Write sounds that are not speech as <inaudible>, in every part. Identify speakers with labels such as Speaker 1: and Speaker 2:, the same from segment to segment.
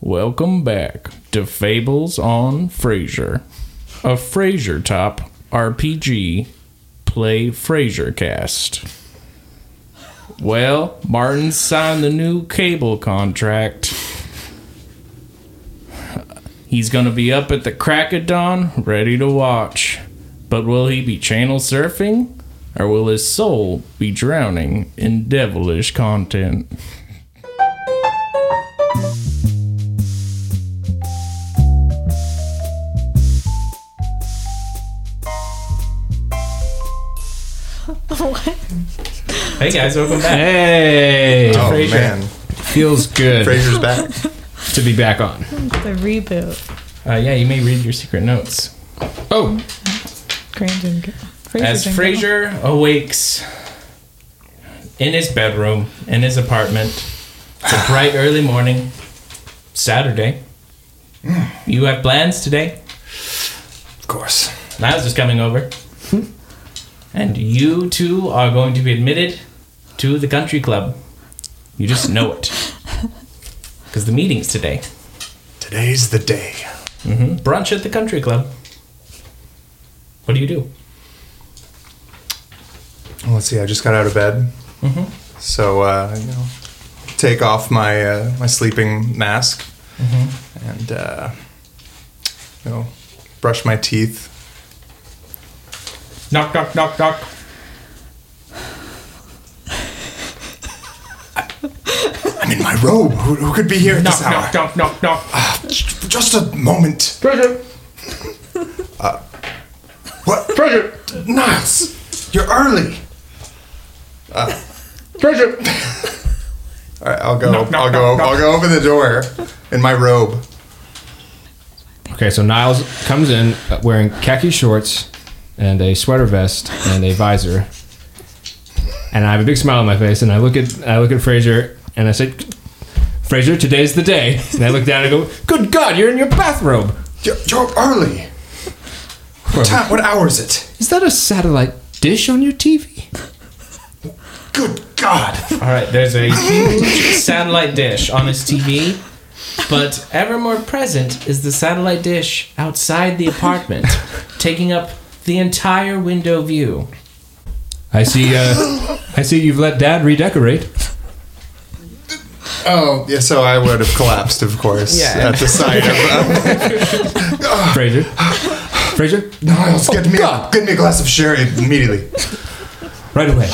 Speaker 1: Welcome back to Fables on Frasier, a Frasier Top RPG Play Frasier Cast. Well, Martin signed the new cable contract. He's going to be up at the crack of dawn, ready to watch. But will he be channel surfing, or will his soul be drowning in devilish content? <laughs>
Speaker 2: Hey guys, welcome back.
Speaker 3: Hey,
Speaker 4: Oh
Speaker 1: Frasier.
Speaker 4: man,
Speaker 3: feels good
Speaker 4: Fraser's back.
Speaker 3: to be back on.
Speaker 5: The reboot.
Speaker 1: Uh, yeah, you may read your secret notes.
Speaker 3: Oh,
Speaker 5: Grandin. Frasier
Speaker 1: As
Speaker 5: Dingle.
Speaker 1: Fraser awakes in his bedroom, in his apartment, it's a <sighs> bright early morning, Saturday.
Speaker 4: Hmm.
Speaker 1: You have plans today?
Speaker 4: <laughs> Of course.
Speaker 1: Niles is coming over.
Speaker 4: Hmm.
Speaker 1: And you two are going to be admitted to the country club. You just know
Speaker 4: <laughs>
Speaker 1: it. Because the meeting's today.
Speaker 4: Today's the day.
Speaker 1: Brunch at the country club. What do you do?
Speaker 4: Well, let's see. I just got out of bed, mm-hmm. so uh, you know, take off my uh, my sleeping mask
Speaker 1: Mm-hmm.
Speaker 4: and uh, you know, brush my teeth.
Speaker 1: Knock, knock, knock, knock.
Speaker 4: I'm in my robe. Who, who could be here at
Speaker 1: Knock,
Speaker 4: this hour?
Speaker 1: knock, knock, knock, knock.
Speaker 4: J- Just a moment.
Speaker 1: Fraser!
Speaker 4: What?
Speaker 1: Fraser!
Speaker 4: Niles, you're early.
Speaker 1: Fraser!
Speaker 4: All right, I'll go.
Speaker 1: Knock, knock,
Speaker 4: I'll go.
Speaker 1: knock, knock.
Speaker 4: I'll go open the door in my robe.
Speaker 3: okay. So Niles comes in uh, wearing khaki shorts and a sweater vest and a visor, and I have a big smile on my face. And I look at I look at Fraser and I say, "Fraser, today's the day." And I look down and I go, "Good God, you're in your bathrobe."
Speaker 4: You're, you're early. What time? What hour is it?
Speaker 3: Is that a satellite dish on your TV?
Speaker 4: Good God.
Speaker 1: All right, there's a huge satellite dish on his TV, but ever more present is the satellite dish outside the apartment, taking up the entire window view.
Speaker 3: I see. Uh, I see you've let Dad redecorate.
Speaker 4: Oh, yeah, so I would have collapsed, of course,
Speaker 1: Yeah.
Speaker 4: at the sight of uh,
Speaker 3: Fraser. Fraser,
Speaker 4: Niles. Get me, a,
Speaker 3: God.
Speaker 4: get me a glass of sherry immediately.
Speaker 3: right away.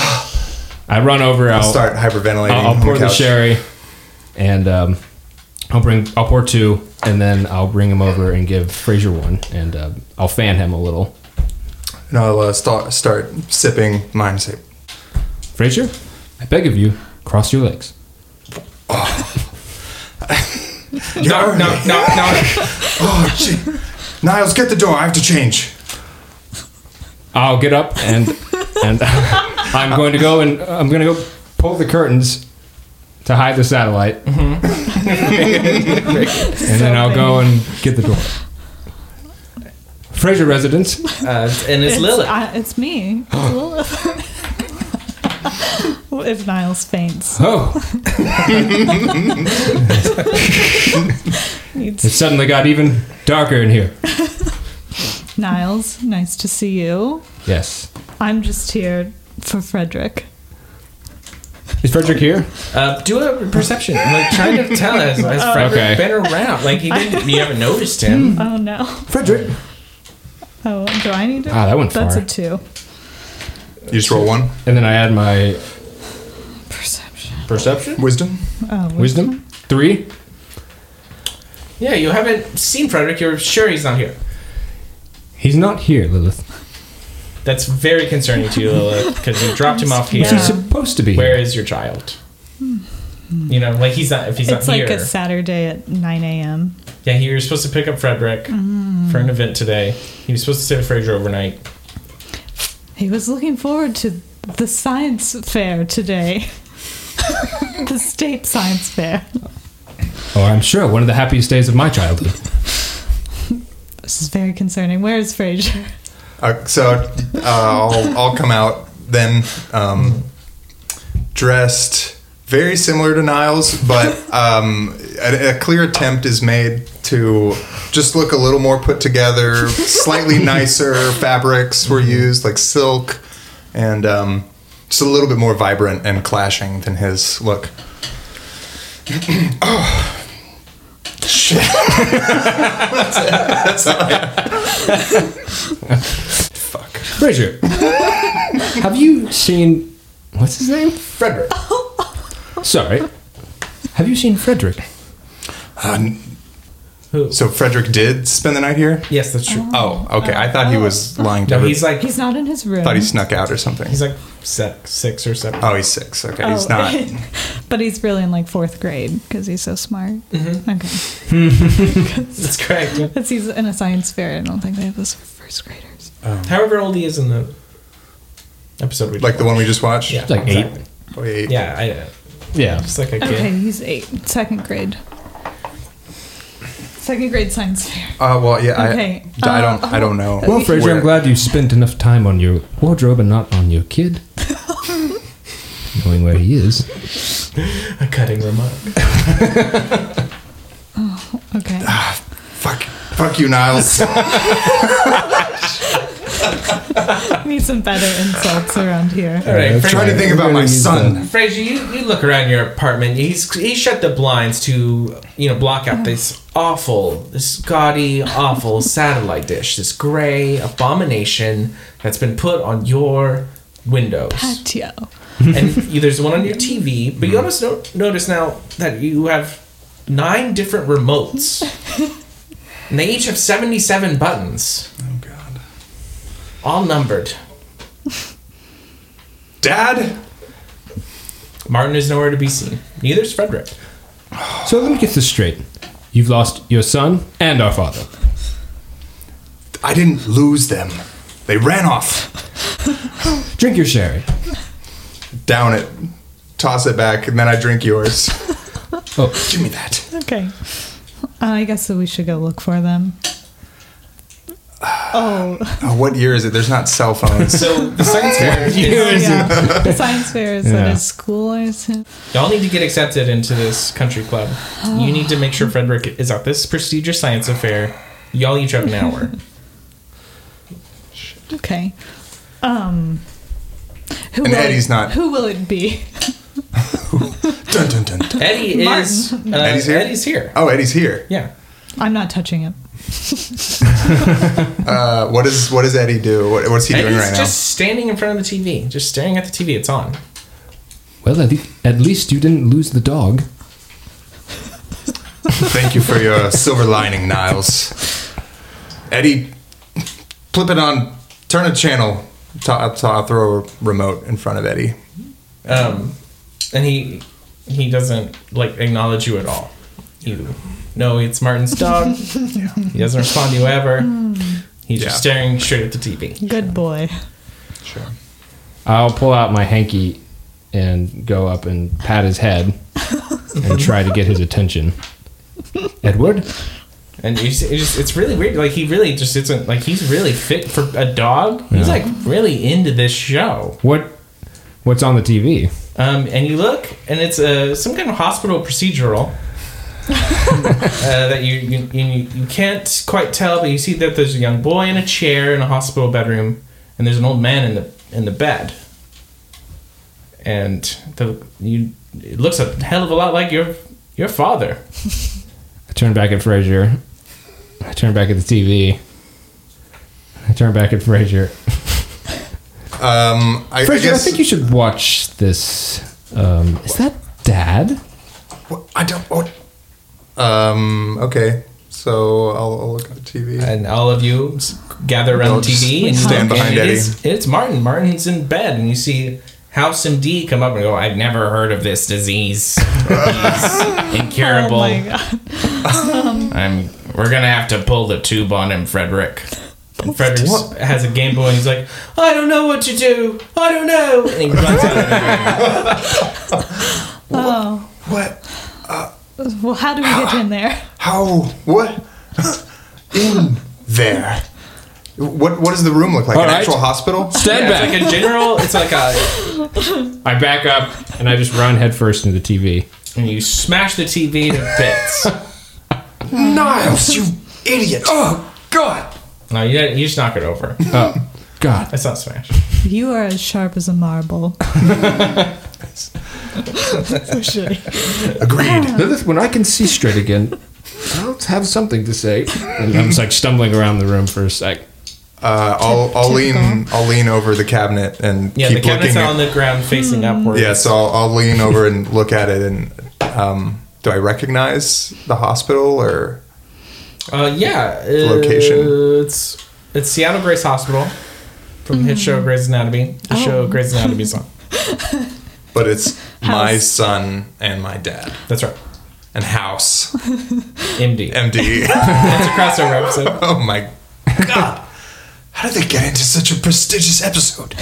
Speaker 3: I run over. I'll,
Speaker 4: Oh. I'll start hyperventilating.
Speaker 3: I'll,
Speaker 4: on
Speaker 3: I'll pour the
Speaker 4: couch.
Speaker 3: sherry, and um, I'll bring. I'll pour two, and then I'll bring him over and give Fraser one, and uh, I'll fan him a little.
Speaker 4: And I'll uh, start, start sipping mine. and Say,
Speaker 3: Fraser, I beg of you, cross your legs.
Speaker 4: You're early.
Speaker 1: knock, knock.
Speaker 4: Oh, gee. Niles, get the door. I have to change.
Speaker 3: I'll get up <laughs> and and I'm going to go and I'm going to go pull the curtains to hide the satellite, <laughs> and then I'll go and get the door. Fraser residence.
Speaker 1: Uh, and it's Lilith.
Speaker 5: I, it's
Speaker 3: <gasps>
Speaker 5: me. It's Lilith. What <laughs> if Niles faints?
Speaker 3: Oh,
Speaker 5: It's
Speaker 3: it suddenly got even darker in here.
Speaker 5: Niles, nice to see you.
Speaker 3: Yes.
Speaker 5: I'm just here for Frederick.
Speaker 3: Is Frederick here?
Speaker 1: Uh, do a perception. Like, try to tell us. Has Frederick
Speaker 3: Okay.
Speaker 1: been around? Like, he didn't, you haven't noticed him.
Speaker 5: Oh no.
Speaker 3: Frederick.
Speaker 5: Oh, do I need to?
Speaker 3: Ah, that went
Speaker 5: That's
Speaker 3: far.
Speaker 5: a two.
Speaker 4: You just roll one.
Speaker 3: And then I add my
Speaker 5: Perception.
Speaker 3: perception,
Speaker 4: Wisdom?
Speaker 5: Oh,
Speaker 3: wisdom, three.
Speaker 1: Yeah, you haven't seen Frederick. You're sure he's not here.
Speaker 3: He's not here, Lilith.
Speaker 1: That's very concerning to you, Lilith, because you dropped him off here.
Speaker 5: Yeah.
Speaker 3: He's supposed to be.
Speaker 1: Where
Speaker 3: Here.
Speaker 1: is your child? You know, like he's not. If he's
Speaker 5: It's
Speaker 1: not
Speaker 5: like
Speaker 1: here,
Speaker 5: a Saturday at 9 a.m.
Speaker 1: Yeah, he was supposed to pick up Frederick for an event today. He was supposed to stay with Fraser overnight.
Speaker 5: He was looking forward to the science fair today. <laughs> the state science fair.
Speaker 3: Oh, I'm sure one of the happiest days of my childhood.
Speaker 5: This is very concerning. Where is Fraser?
Speaker 4: Uh, so uh, I'll, I'll come out then um, dressed very similar to Niles, but um, a, a clear attempt is made to just look a little more put together. Slightly nicer fabrics were used, like silk, and um, just a little bit more vibrant and clashing than his look. oh, shit. that's it. That's all I Fuck.
Speaker 3: Bridger, <laughs> have you seen what's his
Speaker 5: <laughs>
Speaker 3: name?
Speaker 4: Frederick.
Speaker 3: Sorry, have you seen Frederick?
Speaker 4: Uh,
Speaker 1: Who?
Speaker 4: so Frederick did spend the night here?
Speaker 1: Yes, that's true.
Speaker 4: Oh, okay. I thought he was lying to
Speaker 1: No,
Speaker 4: her.
Speaker 1: he's like
Speaker 5: He's not in his room.
Speaker 4: I thought he snuck out or something.
Speaker 1: he's like se- six or seven.
Speaker 4: oh, he's six. Okay,
Speaker 5: Oh,
Speaker 4: he's not.
Speaker 5: <laughs> but he's really in like fourth grade because he's so smart.
Speaker 1: <laughs>
Speaker 5: Okay.
Speaker 1: That's correct. yeah.
Speaker 5: Because he's in a science fair. I don't think they have those for first graders.
Speaker 1: <laughs> However old he is in the episode, we
Speaker 4: Like the one we just watched? Oh,
Speaker 1: yeah,
Speaker 3: like eight.
Speaker 1: exactly.
Speaker 4: Wait.
Speaker 1: Yeah, I, uh,
Speaker 3: Yeah.
Speaker 1: just like a kid. <laughs>
Speaker 5: Okay, he's eight. Second grade. Second grade science fair.
Speaker 4: Uh, well, yeah. I,
Speaker 5: Okay,
Speaker 4: I
Speaker 5: uh,
Speaker 4: don't. I don't know.
Speaker 3: Well, Fraser, I'm glad you spent enough time on your wardrobe and not on
Speaker 5: <laughs>
Speaker 3: your kid. Knowing where he is.
Speaker 1: A cutting remark.
Speaker 5: Okay.
Speaker 4: Fuck. Fuck you, Niles.
Speaker 5: Need some better insults around here.
Speaker 1: All right,
Speaker 3: Yeah,
Speaker 1: Fraser,
Speaker 4: trying to think
Speaker 3: We're
Speaker 4: about
Speaker 3: gonna
Speaker 4: my
Speaker 3: use
Speaker 4: son.
Speaker 1: Fraser, you, you look around your apartment. He's he shut the blinds to you know block out this awful, this gaudy, awful satellite dish, this gray abomination that's been put on your windows.
Speaker 5: Patio.
Speaker 1: and you, there's one on your TV, but you also no- notice now that you have nine different remotes, and they each have 77 buttons,
Speaker 4: Oh God.
Speaker 1: all numbered.
Speaker 4: Dad.
Speaker 1: Martin is nowhere to be seen. Neither is Frederick.
Speaker 3: So let me get this straight. You've lost your son and our father.
Speaker 4: I didn't lose them. They ran off.
Speaker 3: Drink your sherry.
Speaker 4: Down it. Toss it back, and then I drink yours.
Speaker 3: Oh.
Speaker 4: Give me that.
Speaker 5: Okay. I guess that we should go look for them. Oh,
Speaker 4: Oh, what year is it? There's not
Speaker 1: <laughs>
Speaker 4: cell phones.
Speaker 1: So the science fair is
Speaker 5: <laughs> yeah. the science fair is at
Speaker 3: Yeah.
Speaker 5: his school, I assume.
Speaker 1: Y'all need to get accepted into this country club. You need to make sure Frederick is at this prestigious science affair. Y'all each have an hour.
Speaker 5: Okay. Um. Who
Speaker 4: And
Speaker 5: will
Speaker 4: Eddie's
Speaker 5: it,
Speaker 4: not-
Speaker 5: Who will it be?
Speaker 4: dun, dun, dun, dun.
Speaker 1: Eddie is. Uh,
Speaker 4: Eddie's here?
Speaker 1: Eddie's here.
Speaker 4: Oh, Eddie's here.
Speaker 1: Yeah.
Speaker 5: I'm not touching it.
Speaker 4: Uh, what is what does Eddie do? What, what's he doing
Speaker 1: Eddie's
Speaker 4: right
Speaker 1: just standing in front of the TV, just staring at the TV. It's on.
Speaker 3: Well, at, le- at least you didn't lose the dog.
Speaker 4: now? Thank you for your silver lining, Niles. Eddie, flip it on. Turn a channel. T- I'll, t- I'll throw a remote in front of Eddie.
Speaker 1: Um, and he he doesn't like acknowledge you at all. You know it's Martin's dog. He doesn't respond to you ever. He's
Speaker 4: Yeah.
Speaker 1: just staring straight at the TV.
Speaker 5: Good boy.
Speaker 4: Sure.
Speaker 3: I'll pull out my hanky and go up and pat his head and try to get his attention. Edward?
Speaker 1: And you see, it's, just, it's really weird. Like he really just isn't like he's really fit for a dog. He's
Speaker 3: Yeah.
Speaker 1: like really into this show.
Speaker 3: What what's on the TV?
Speaker 1: Um, and you look, and it's uh, some kind of hospital procedural <laughs> uh, that you you, you you can't quite tell, but you see that there's a young boy in a chair in a hospital bedroom, and there's an old man in the in the bed, and the you it looks a hell of a lot like your your father.
Speaker 3: I turn back at Frazier. I turn back at the TV. I turn back at Frazier.
Speaker 4: Um, I, I
Speaker 3: Frazier, I,
Speaker 4: guess
Speaker 3: think you should watch this. Um, is that Dad?
Speaker 4: What? I don't. What? Um. Okay. So I'll, I'll look at the TV.
Speaker 1: And all of you s- gather around
Speaker 4: They'll
Speaker 1: the
Speaker 4: just
Speaker 1: TV and
Speaker 4: stand
Speaker 1: and
Speaker 4: behind
Speaker 1: it is- it's Martin. Martin's in bed, and you see House MD come up and go, "I've never heard of this
Speaker 5: <laughs>
Speaker 1: disease. He's incurable.
Speaker 5: Oh my god.
Speaker 1: I'm. We're gonna have to pull the tube on him, Frederick." And Frederick has a Game Boy, and he's like, "I don't know what to do. I don't know." And he runs out. Of the room.
Speaker 5: Oh.
Speaker 4: what?
Speaker 5: Well,
Speaker 4: <laughs>
Speaker 5: how do we get in there?
Speaker 4: How? What? In there. What What does the room look like?
Speaker 3: All
Speaker 4: An
Speaker 3: right.
Speaker 4: actual hospital?
Speaker 3: Stand
Speaker 1: Yeah,
Speaker 3: back.
Speaker 1: it's like a general. It's like a.
Speaker 3: I back up and I just run headfirst into the TV.
Speaker 1: And you smash the TV to
Speaker 5: <laughs>
Speaker 1: bits.
Speaker 4: Niles, you idiot! Oh God!
Speaker 1: no, you, you just knock it over.
Speaker 3: Oh, God.
Speaker 1: That's not smash.
Speaker 5: <laughs> You are as sharp as
Speaker 4: <laughs>
Speaker 5: a marble. For sure.
Speaker 4: Agreed.
Speaker 3: Lilith, when I can see straight again, I'll have something to say. And I'm just like stumbling around the room for a sec.
Speaker 4: Uh, I'll I'll lean
Speaker 5: Typical.
Speaker 4: I'll lean over the cabinet and
Speaker 1: Yeah,
Speaker 4: keep
Speaker 1: the cabinet's
Speaker 4: looking.
Speaker 1: on
Speaker 4: At,
Speaker 1: the ground facing
Speaker 5: Mm.
Speaker 1: upwards.
Speaker 4: yeah, so I'll, I'll lean over and look at it and um, do I recognize the hospital or
Speaker 1: Uh, yeah.
Speaker 4: Location.
Speaker 1: uh, It's it's Seattle Grace Hospital from the hit show Grey's Anatomy. The
Speaker 5: Oh.
Speaker 1: show Grey's Anatomy song.
Speaker 4: but it's my
Speaker 5: House.
Speaker 4: son and my dad
Speaker 1: That's right.
Speaker 4: and house
Speaker 1: MD.
Speaker 4: MD.
Speaker 1: That's a <laughs> crossover episode.
Speaker 4: <laughs> oh my god! How did they get into such a prestigious episode?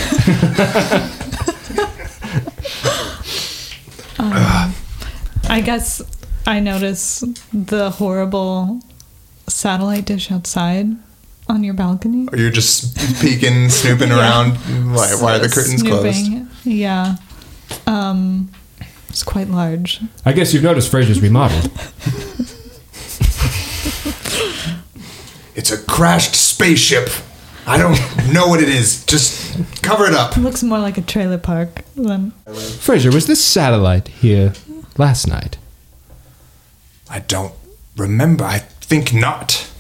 Speaker 5: I guess I notice the horrible satellite dish outside on your balcony.
Speaker 4: Or you're just peeking, snooping around. Why, why are the curtains closed?
Speaker 5: Snooping. Yeah. Um, it's quite large.
Speaker 3: I guess you've noticed Fraser's remodeled.
Speaker 4: It's a crashed spaceship. I don't know what it is. Just cover it up.
Speaker 5: It looks more like a trailer park than.
Speaker 3: Fraser, was this satellite here last night?
Speaker 4: I don't remember. I think not.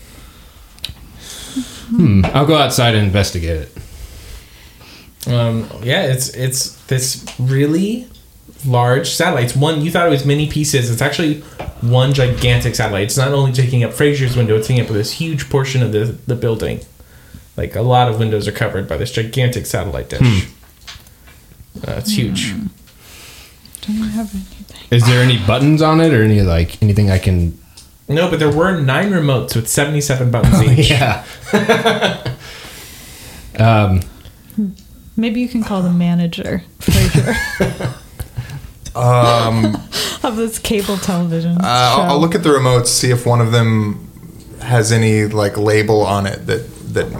Speaker 3: Hmm. I'll go outside and investigate it.
Speaker 1: Um, yeah, it's it's this really large satellite. It's one you thought it was many pieces. It's actually one gigantic satellite. It's not only taking up Fraser's window, it's taking up this huge portion of the, the building. Like a lot of windows are covered by this gigantic satellite dish. Uh, it's huge.
Speaker 5: Don't you have anything?
Speaker 3: Is there any buttons on it or any like anything I can?
Speaker 1: No, but there were nine remotes with seventy-seven buttons each.
Speaker 3: Oh, Yeah.
Speaker 5: Maybe you can call the manager for sure
Speaker 4: <laughs> Um,
Speaker 5: <laughs> of this cable television.
Speaker 4: uh, I'll,
Speaker 5: show.
Speaker 4: I'll look at the remotes, see if one of them has any like label on it that that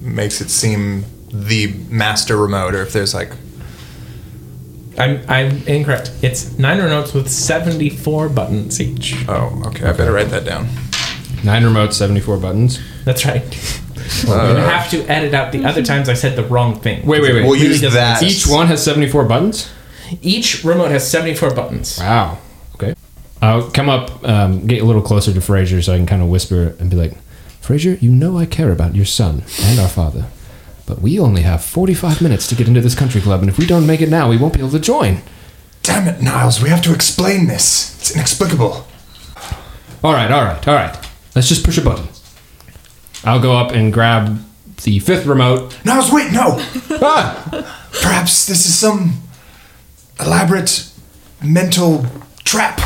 Speaker 4: makes it seem the master remote, or if there's like
Speaker 1: I'm I'm incorrect. It's nine remotes with seventy-four buttons each.
Speaker 4: oh, okay, I better write that down.
Speaker 3: Nine remotes, seventy-four buttons.
Speaker 1: That's right. you have to edit out the other times I said the wrong thing.
Speaker 3: Wait, wait, wait.
Speaker 4: We'll
Speaker 1: Really
Speaker 4: use
Speaker 1: doesn't
Speaker 4: that.
Speaker 3: Each one has seventy-four buttons.
Speaker 1: Each remote has 74 buttons.
Speaker 3: Wow. Okay. I'll come up, um, get a little closer to Fraser so I can kind of whisper and be like, Fraser, you know I care about your son and our father, but we only have 45 minutes to get into this country club, and if we don't make it now, we won't be able to join.
Speaker 4: Damn it, Niles! We have to explain this. It's inexplicable.
Speaker 3: All right, all right, all right. Let's just push a button. I'll go up and grab the fifth remote. <laughs>
Speaker 4: Niles, wait, no.
Speaker 3: Ah!
Speaker 4: Perhaps this is some elaborate mental trap.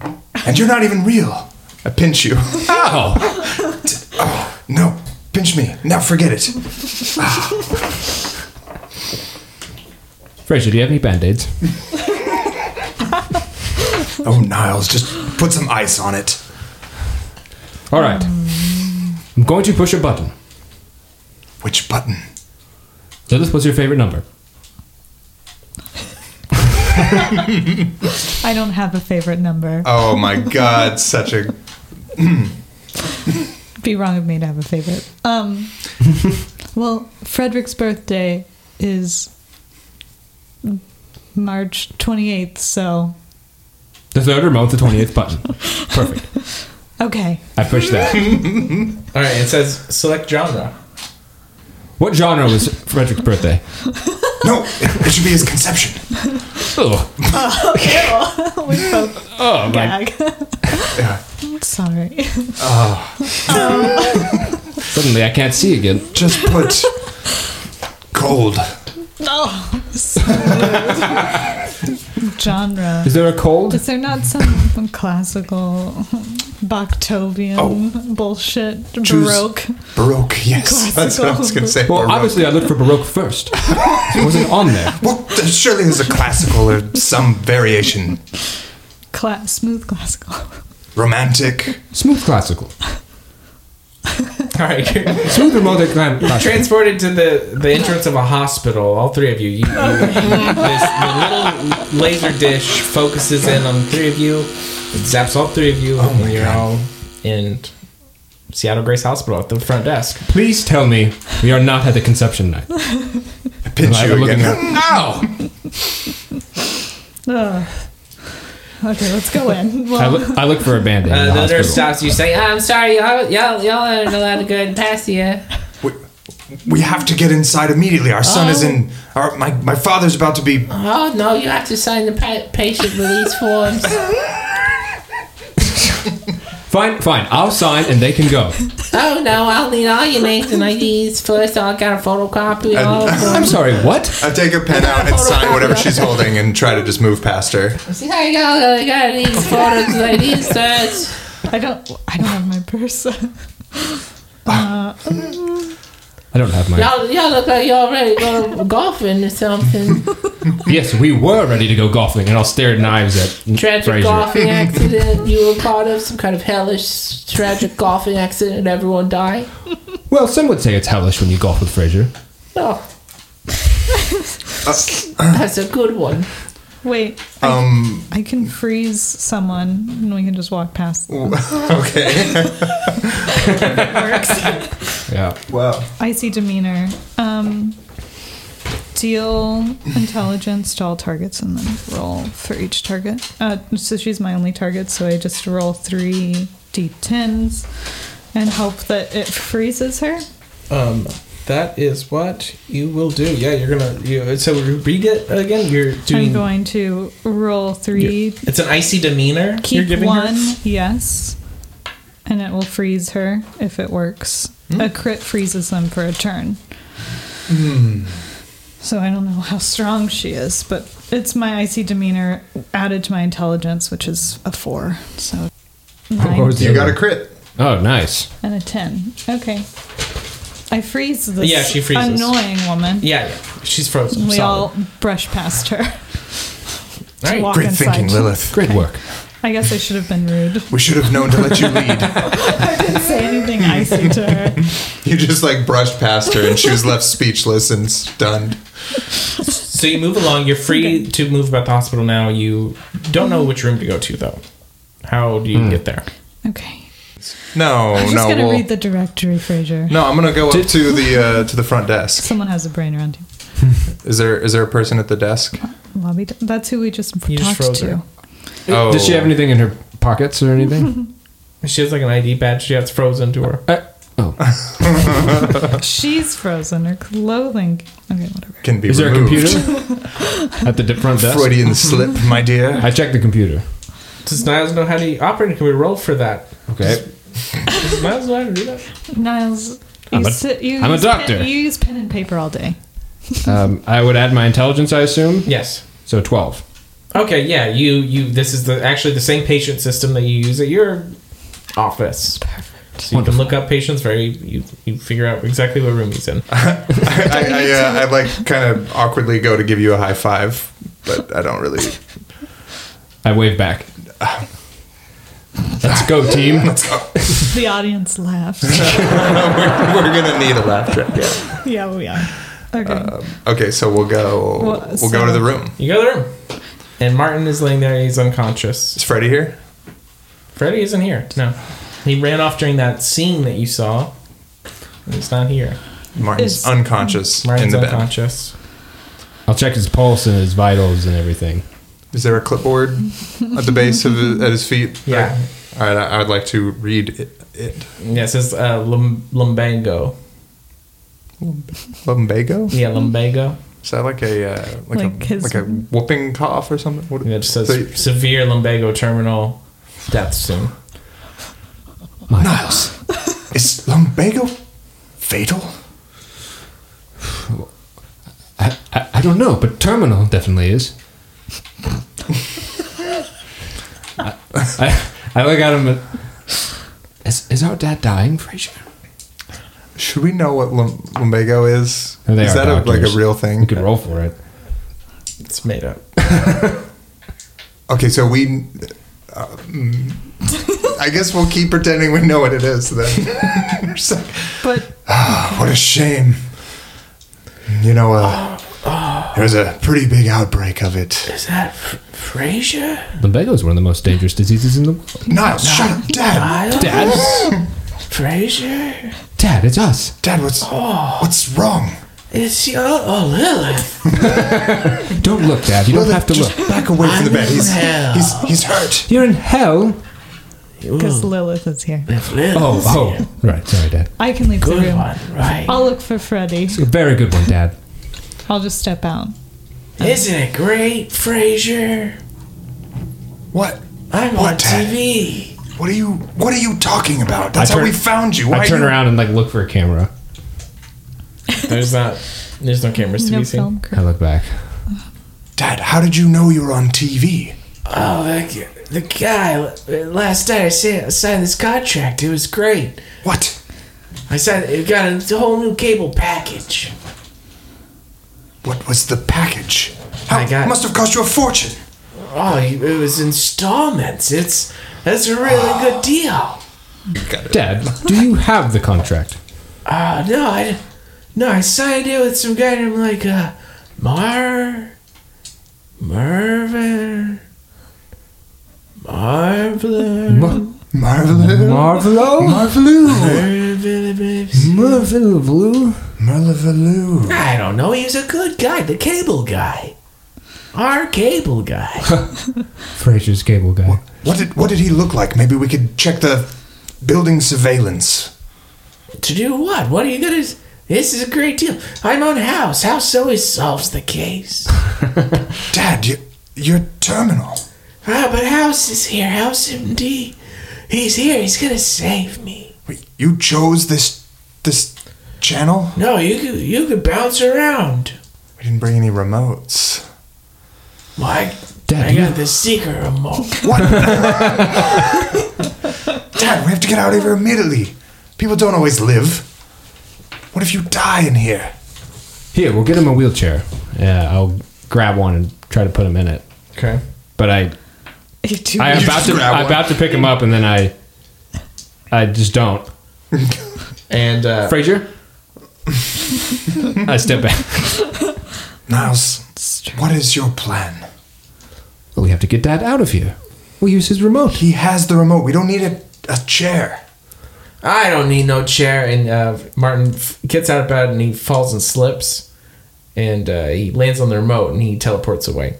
Speaker 4: And you're not even real. I pinch you.
Speaker 3: Ow!
Speaker 4: No, pinch me. Now forget it.
Speaker 3: Fraser, do you have any band aids?
Speaker 4: Oh, Niles, just put some ice on it.
Speaker 3: All right. I'm going to push a button.
Speaker 4: Which button?
Speaker 3: Lilith, what's your favorite number?
Speaker 5: I don't have a favorite number.
Speaker 4: Oh my god, such a.
Speaker 5: It'd be wrong of me to have a favorite.
Speaker 4: <laughs>
Speaker 5: Um, well, Frederick's birthday is March 28th, so
Speaker 3: The third remote, the 28th button. Perfect.
Speaker 5: okay.
Speaker 3: I pushed that.
Speaker 1: All right, it says select genre.
Speaker 3: What genre was Frederick's birthday?
Speaker 4: No, it, it should be his conception.
Speaker 3: <laughs> Oh,
Speaker 5: We both
Speaker 3: oh my!
Speaker 4: <laughs>
Speaker 5: gag. <laughs> Sorry. <laughs>
Speaker 3: Suddenly, I can't see again.
Speaker 4: Just put cold.
Speaker 5: No.
Speaker 4: <laughs>
Speaker 5: Genre.
Speaker 3: Is there a cold?
Speaker 5: <laughs> Is there not some classical Bachtovian bullshit?
Speaker 4: Oh. Choose-
Speaker 5: Baroque?
Speaker 4: Baroque, yes. That's what I was going to say.
Speaker 3: Well,
Speaker 4: Baroque.
Speaker 3: obviously, I looked for Baroque first. It wasn't on there.
Speaker 4: Well, th- surely there's a classical or some variation.
Speaker 5: Cla- smooth classical. <laughs>
Speaker 4: Romantic.
Speaker 3: Smooth classical.
Speaker 6: All right, you're
Speaker 3: Smooth remote climb.
Speaker 6: transported to the, the entrance of a hospital. All three of
Speaker 5: <laughs>
Speaker 6: you. you, you this, the little laser dish focuses in on the three of you. It zaps all three of
Speaker 1: Oh
Speaker 6: you, and you're all in Seattle Grace Hospital at the front desk.
Speaker 3: Please tell me we are not at the conception night.
Speaker 4: I pinch
Speaker 3: Am I
Speaker 4: you
Speaker 3: looking
Speaker 4: again. Ow!
Speaker 5: Ugh. Okay, let's go in.
Speaker 3: I
Speaker 5: Well,
Speaker 3: look, I look for a band-aid. in
Speaker 6: Uh,
Speaker 3: the
Speaker 6: the nurse
Speaker 3: hospital.
Speaker 6: stops you, say, "Ah, "I'm sorry, y'all, y'all, y'all aren't allowed to go and pass you."
Speaker 4: We, we have to get inside immediately. Our son is in. Our, my, my father's about to be.
Speaker 6: Oh no, you have to sign the pa- patient release forms.
Speaker 3: Fine, fine. I'll sign and they can go.
Speaker 6: oh no, I'll need all your names and IDs first. I got a photocopy.
Speaker 3: <laughs>
Speaker 6: all of them.
Speaker 3: I'm sorry, what?
Speaker 4: I take a pen out and sign whatever she's holding and try to just move past her.
Speaker 6: See, I got, I got these photos and IDs first.
Speaker 5: I don't. I don't have my purse. <laughs>
Speaker 3: I don't have my.
Speaker 6: Y'all, y'all look like y'all ready to go golfing or something.
Speaker 3: Yes, we were ready to go golfing, and I'll stare at knives at
Speaker 6: Tragic
Speaker 3: Fraser.
Speaker 6: golfing accident. You were part of some kind of hellish, tragic golfing accident, and everyone died.
Speaker 3: Well, some would say it's hellish when you golf with Fraser.
Speaker 6: Oh.
Speaker 4: Uh,
Speaker 6: That's a good one.
Speaker 5: Wait,
Speaker 4: Um,
Speaker 5: I can freeze someone, and we can just walk past. Them.
Speaker 4: okay.
Speaker 3: Yeah.
Speaker 4: <laughs> Wow.
Speaker 5: Icy demeanor. Um, deal intelligence to all targets, and then roll for each target. Uh, so she's my only target, so I just roll three d10s and hope that it freezes her.
Speaker 1: Um, that is what you will do. Yeah, you're gonna. You, so read it again. You're
Speaker 5: I'm
Speaker 1: doing.
Speaker 5: going to roll three
Speaker 1: It's an icy demeanor. you're
Speaker 5: Keep
Speaker 1: giving
Speaker 5: one,
Speaker 1: Her.
Speaker 5: yes, and it will freeze her if it works.
Speaker 1: Hmm.
Speaker 5: A crit freezes them for a turn.
Speaker 1: Hmm.
Speaker 5: So I don't know how strong she is, but it's my icy demeanor added to my intelligence, which is a four. So nine
Speaker 3: was the
Speaker 4: You got
Speaker 3: other
Speaker 4: a crit.
Speaker 3: one? Oh, nice.
Speaker 5: and a ten. Okay. I freeze this
Speaker 1: Yeah, she freezes.
Speaker 5: annoying woman.
Speaker 1: Yeah, yeah, she's frozen.
Speaker 5: we
Speaker 1: solid.
Speaker 5: all brush past her. <laughs>
Speaker 1: All right.
Speaker 5: Walk
Speaker 4: Great
Speaker 5: inside.
Speaker 4: thinking, Lilith.
Speaker 3: Great work.
Speaker 5: I guess I should have been rude.
Speaker 4: We should have known to let you lead. <laughs>
Speaker 5: Didn't say anything icy to her.
Speaker 1: <laughs>
Speaker 4: You just like brushed past her and she was left speechless and stunned.
Speaker 1: So you move along. You're free to move about the hospital now. You don't know which room to go to though. How do you get there?
Speaker 5: Okay.
Speaker 4: No,
Speaker 5: I'm
Speaker 4: Oh,
Speaker 5: just
Speaker 4: no.
Speaker 5: gonna
Speaker 4: we'll-
Speaker 5: read the directory, Fraser.
Speaker 4: no, I'm gonna go up to the uh, to the front desk.
Speaker 5: Someone has a brain around you.
Speaker 4: Is there is there a person at the desk?
Speaker 5: Lobby. That's who we just
Speaker 1: You just froze
Speaker 5: talked to.
Speaker 1: her.
Speaker 4: Oh.
Speaker 3: Does she have anything in her pockets or anything?
Speaker 1: She has like an ID badge. She has frozen to her.
Speaker 3: uh, oh,
Speaker 5: She's frozen. Her clothing. Okay, whatever.
Speaker 4: Can be
Speaker 3: is there a
Speaker 4: removed. <laughs>
Speaker 3: computer at the di- front desk?
Speaker 5: Mm-hmm.
Speaker 4: Freudian slip, my dear.
Speaker 3: I checked the computer.
Speaker 1: Does Niles know how to operate? Can we roll for that?
Speaker 3: Okay.
Speaker 1: Does Niles know how to do that?
Speaker 5: Niles,
Speaker 3: I'm
Speaker 5: you
Speaker 3: a-
Speaker 5: sit, you
Speaker 3: I'm a
Speaker 5: use
Speaker 3: doctor.
Speaker 5: Pen, you use pen and paper all day.
Speaker 3: Um, I would add my intelligence, I assume.
Speaker 1: Yes.
Speaker 3: So twelve.
Speaker 1: Okay, yeah, you you this is the actually the same patient system that you use at your office. So you can look up patients very you you figure out exactly what room he's in.
Speaker 4: <laughs> I, I, uh, I like kind of awkwardly go to give you a high five, but I don't really. <laughs>
Speaker 3: I wave back. Let's go,
Speaker 4: <laughs>
Speaker 3: team.
Speaker 5: The audience laughs.
Speaker 4: We're, we're gonna need a laugh track. Yeah.
Speaker 5: yeah, we are. Okay.
Speaker 4: Okay, so we'll go.
Speaker 5: Well,
Speaker 4: we'll go to
Speaker 5: so-
Speaker 4: the room.
Speaker 1: You go to the room. And Martin is laying there, he's unconscious.
Speaker 4: Is Freddy here?
Speaker 1: Freddy isn't here. No. He ran off during that scene that you saw. And He's not here.
Speaker 4: Martin's
Speaker 5: Is-
Speaker 4: unconscious in
Speaker 1: Martin's
Speaker 4: the bed.
Speaker 1: unconscious.
Speaker 3: I'll check his pulse and his vitals and everything.
Speaker 4: Is there a clipboard at the base of his, at his feet?
Speaker 1: <laughs> Yeah.
Speaker 4: All right. I, I would like to read it. it.
Speaker 1: Yeah, it says uh, lum- lumbago.
Speaker 4: Lumbago?
Speaker 1: Yeah, lumbago.
Speaker 4: Is that like a uh, like,
Speaker 5: Like
Speaker 4: a
Speaker 5: his-
Speaker 4: like a whooping cough or something? What,
Speaker 1: Yeah, it says
Speaker 4: So-
Speaker 1: severe lumbago terminal death soon.
Speaker 4: Niles, is lumbago fatal?
Speaker 3: I, I, I don't know, but terminal definitely is. I, I, I look at him. and- Is, is our dad dying, Fraser?
Speaker 4: Should we know what lum- lumbago is?
Speaker 3: They
Speaker 4: is
Speaker 3: are
Speaker 4: that a, like a
Speaker 3: doctors.
Speaker 4: real
Speaker 3: We
Speaker 4: thing?
Speaker 3: could roll for it.
Speaker 1: It's made up.
Speaker 4: Okay, so we uh, I guess we'll keep pretending we know what it is then. It's like,
Speaker 5: But
Speaker 4: "Ah, <sighs> what a shame. You know, uh, there was a pretty big outbreak of it.
Speaker 2: Is that F- Frasier?
Speaker 3: Lumbago is one of the most dangerous diseases in the world.
Speaker 4: Niles, shut up, Dad.
Speaker 2: Miles?
Speaker 3: Dad,
Speaker 2: Frasier?
Speaker 3: Dad, it's us.
Speaker 4: Dad, what's what's wrong?
Speaker 2: It's your. Oh, Lilith.
Speaker 3: Don't look, Dad. You don't
Speaker 4: Lilith,
Speaker 3: have to
Speaker 4: just
Speaker 3: look.
Speaker 4: Back away from the bed. He's
Speaker 2: Hell.
Speaker 4: he's he's hurt.
Speaker 3: You're in hell.
Speaker 5: because Lilith is here,
Speaker 2: If Lilith.
Speaker 3: Oh, oh, right. Sorry, Dad.
Speaker 5: I can leave the
Speaker 2: Good
Speaker 5: room.
Speaker 2: one, right?
Speaker 5: I'll look for Freddy.
Speaker 3: It's a very good one, Dad.
Speaker 5: I'll just step out.
Speaker 2: Isn't it great, Frasier?
Speaker 4: What?
Speaker 2: I'm on
Speaker 4: What?
Speaker 2: TV.
Speaker 4: What are you what are you talking about? That's
Speaker 3: turn-
Speaker 4: how we found you. Why
Speaker 3: I turn
Speaker 4: you,
Speaker 3: around and like look for a camera.
Speaker 1: There's not. There's no cameras to
Speaker 5: No
Speaker 1: be seen.
Speaker 5: film
Speaker 3: I <laughs>
Speaker 5: crew.
Speaker 3: look back.
Speaker 4: Dad, how did you know you were on TV?
Speaker 2: Oh, that, g- the guy. uh, Last night I sa- signed this contract. It was great.
Speaker 4: What?
Speaker 2: I signed. It got a whole new cable package.
Speaker 4: What was the package? How,
Speaker 2: I got-
Speaker 4: must have cost you a fortune.
Speaker 2: Oh, you- it was installments. It's that's a
Speaker 4: Ah.
Speaker 2: really good deal.
Speaker 3: Dad, do you have the contract?
Speaker 2: Uh, no, I no, I signed it with some guy named like uh, Mar Mervin Marvelous.
Speaker 3: Mar-
Speaker 4: Marvelo?
Speaker 3: Marvelo?
Speaker 4: Marvelo?
Speaker 2: Marvelous.
Speaker 3: Marvelo?
Speaker 4: Marvelo.
Speaker 2: I don't know. He's a good guy, the cable guy, our cable guy.
Speaker 3: Frasier's cable guy.
Speaker 4: What did what did he look like? Maybe we could check the building surveillance.
Speaker 2: to do what? What are you gonna? This is a great deal. I'm on House. House always solves the case.
Speaker 4: Dad, you, you're terminal.
Speaker 2: Ah, but House is here. House MD. He's here. He's gonna save me.
Speaker 4: Wait, you chose this this channel?
Speaker 2: No, you could you could bounce around.
Speaker 4: We didn't bring any remotes.
Speaker 2: Well, I,
Speaker 3: Dad,
Speaker 2: I
Speaker 3: you-
Speaker 2: got the secret remote.
Speaker 4: <laughs> Dad, we have to get out of here immediately. People don't always live. What if you die in here?
Speaker 3: Here, we'll get him a wheelchair. Yeah, I'll grab one and try to put him in it.
Speaker 1: Okay.
Speaker 3: But I,
Speaker 5: You do-
Speaker 3: I am
Speaker 4: You
Speaker 3: about
Speaker 4: just
Speaker 3: to,
Speaker 4: grab
Speaker 3: I'm
Speaker 4: one.
Speaker 3: about to pick him up, and then I, I just don't.
Speaker 1: And uh,
Speaker 3: Frasier. I step back. <laughs>
Speaker 4: Niles, what is your plan?
Speaker 3: Well, we have to get Dad out of here. We'll use his remote.
Speaker 4: He has the remote. We don't need a, a chair.
Speaker 1: I don't need no chair. And uh, Martin f- gets out of bed and he falls and slips, and uh, he lands on the remote and he teleports away.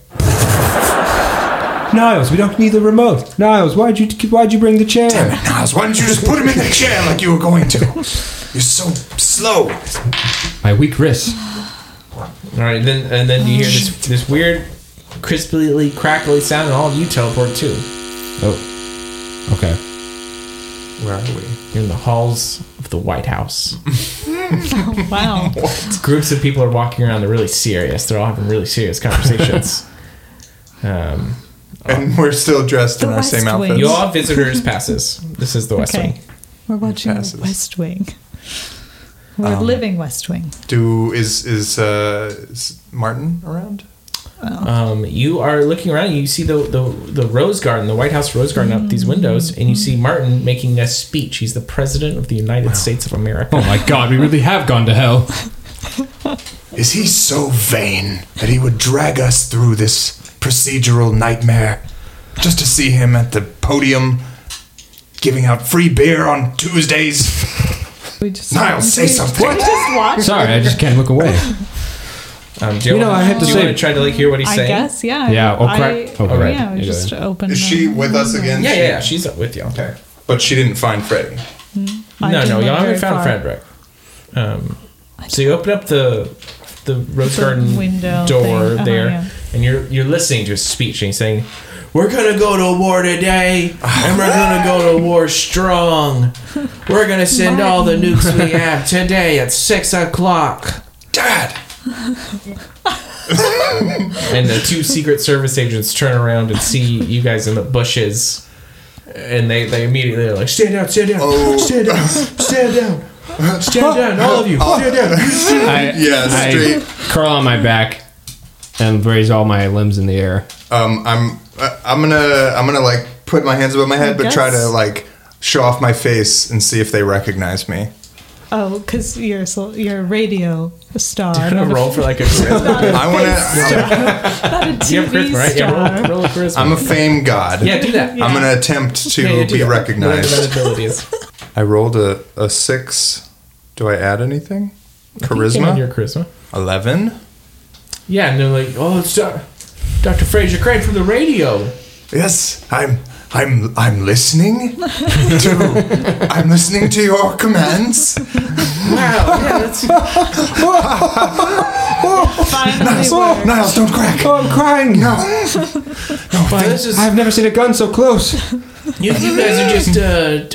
Speaker 3: Niles, we don't need the remote. Niles, why'd you why'd you bring the chair?
Speaker 4: Damn it, Niles, why don't you just put him in the chair like you were going to? You're so slow.
Speaker 3: My weak wrist.
Speaker 1: All right, then and then you hear this this weird, crisply crackly sound, and all of you teleport too.
Speaker 3: Oh. Okay.
Speaker 4: Where are we?
Speaker 1: You're in the halls of the White House.
Speaker 5: wow.
Speaker 1: Groups of people are walking around. They're really serious. They're all having really serious
Speaker 3: <laughs>
Speaker 1: conversations. um,
Speaker 4: And we're still dressed in
Speaker 5: The
Speaker 4: our same
Speaker 5: West Wing.
Speaker 4: outfits.
Speaker 1: you all have
Speaker 3: <laughs>
Speaker 1: visitors passes. This is the West
Speaker 5: Okay.
Speaker 1: Wing.
Speaker 5: We're watching
Speaker 4: passes.
Speaker 5: the West Wing. We're living West Wing.
Speaker 4: Do is is, uh, is Martin around?
Speaker 1: Um, you are looking around. And you see the, the the rose garden, the White House rose garden, up
Speaker 3: Mm-hmm.
Speaker 1: these windows, and you see Martin making a speech. He's the president of the United States of America.
Speaker 3: Oh my God, we really have gone to hell.
Speaker 4: Is he so vain that he would drag us through this procedural nightmare just to see him at the podium giving out free beer on
Speaker 5: <laughs>
Speaker 4: Tuesdays?
Speaker 5: We just
Speaker 4: Niles, say
Speaker 5: we
Speaker 4: something.
Speaker 5: Just watch.
Speaker 3: Sorry, I just can't look <laughs> away.
Speaker 1: Um, do you,
Speaker 3: You know,
Speaker 1: want,
Speaker 3: I have to
Speaker 1: do you
Speaker 3: say-
Speaker 1: want to try to like hear what he's
Speaker 5: I
Speaker 1: saying?
Speaker 5: guess, yeah.
Speaker 3: Yeah, oh,
Speaker 5: I-
Speaker 3: correct. Oh, correct.
Speaker 5: Yeah, we
Speaker 3: Yeah,
Speaker 5: just
Speaker 3: yeah.
Speaker 5: open.
Speaker 4: Is
Speaker 5: the-
Speaker 4: she with us again?
Speaker 1: Yeah, yeah, yeah. She's up with y'all.
Speaker 4: Okay. But she didn't find Freddy.
Speaker 5: I
Speaker 1: no,
Speaker 5: didn't
Speaker 1: no,
Speaker 5: look
Speaker 1: y'all
Speaker 5: very
Speaker 1: haven't found
Speaker 5: far.
Speaker 1: Frederick. Um, so you open up the the rose
Speaker 5: The
Speaker 1: garden
Speaker 5: window
Speaker 1: door
Speaker 5: thing. Uh-huh,
Speaker 1: there,
Speaker 5: yeah.
Speaker 1: and you're you're listening to his speech, and he's saying, "We're gonna go to war today, and we're gonna go to war strong. We're gonna send all the nukes we have today at six o'clock."
Speaker 4: Dad!
Speaker 1: <laughs> And the two Secret Service agents turn around and see you guys in the bushes, and they they immediately are like, "Stand down, stand down,
Speaker 4: Oh.
Speaker 1: stand down, stand down, stand
Speaker 4: <laughs>
Speaker 1: down, all of you, stand down."
Speaker 3: I,
Speaker 4: Yeah,
Speaker 3: I
Speaker 4: straight.
Speaker 3: curl on my back and raise all my limbs in the air.
Speaker 4: Um, I'm uh, I'm gonna I'm gonna like put my hands above my head,
Speaker 5: I
Speaker 4: but try to
Speaker 5: guess.
Speaker 4: like show off my face and see if they recognize me.
Speaker 5: Oh, because you're a, sol- you're a radio star.
Speaker 1: I'm
Speaker 5: not
Speaker 1: gonna
Speaker 5: a-
Speaker 1: roll for like a
Speaker 4: <laughs>
Speaker 1: charisma.
Speaker 5: not a
Speaker 4: I want
Speaker 5: face
Speaker 4: to.
Speaker 5: star, Not a
Speaker 1: You have
Speaker 5: TV
Speaker 1: charisma, right? Yeah,
Speaker 5: star.
Speaker 1: roll, roll a charisma.
Speaker 4: I'm a fame god.
Speaker 1: yeah, do that.
Speaker 4: I'm gonna attempt to
Speaker 1: Yeah, yeah, do
Speaker 4: be
Speaker 1: that. Whatever
Speaker 4: recognized.
Speaker 1: that ability is.
Speaker 4: I rolled a, a six. Do I add anything?
Speaker 1: And
Speaker 4: Charisma?
Speaker 1: Your charisma.
Speaker 4: Eleven?
Speaker 1: Yeah, and they're like, oh, it's Doc- Dr. Fraser Crane from the radio.
Speaker 4: Yes, I'm I'm I'm listening to I'm listening to your commands.
Speaker 1: Wow, yeah, that's
Speaker 5: Finally
Speaker 4: Oh,
Speaker 5: worked.
Speaker 4: Niles, don't crack.
Speaker 3: Oh, I'm crying.
Speaker 4: No.
Speaker 1: wow, this is
Speaker 3: I've never seen a gun so close.
Speaker 1: you, you guys are just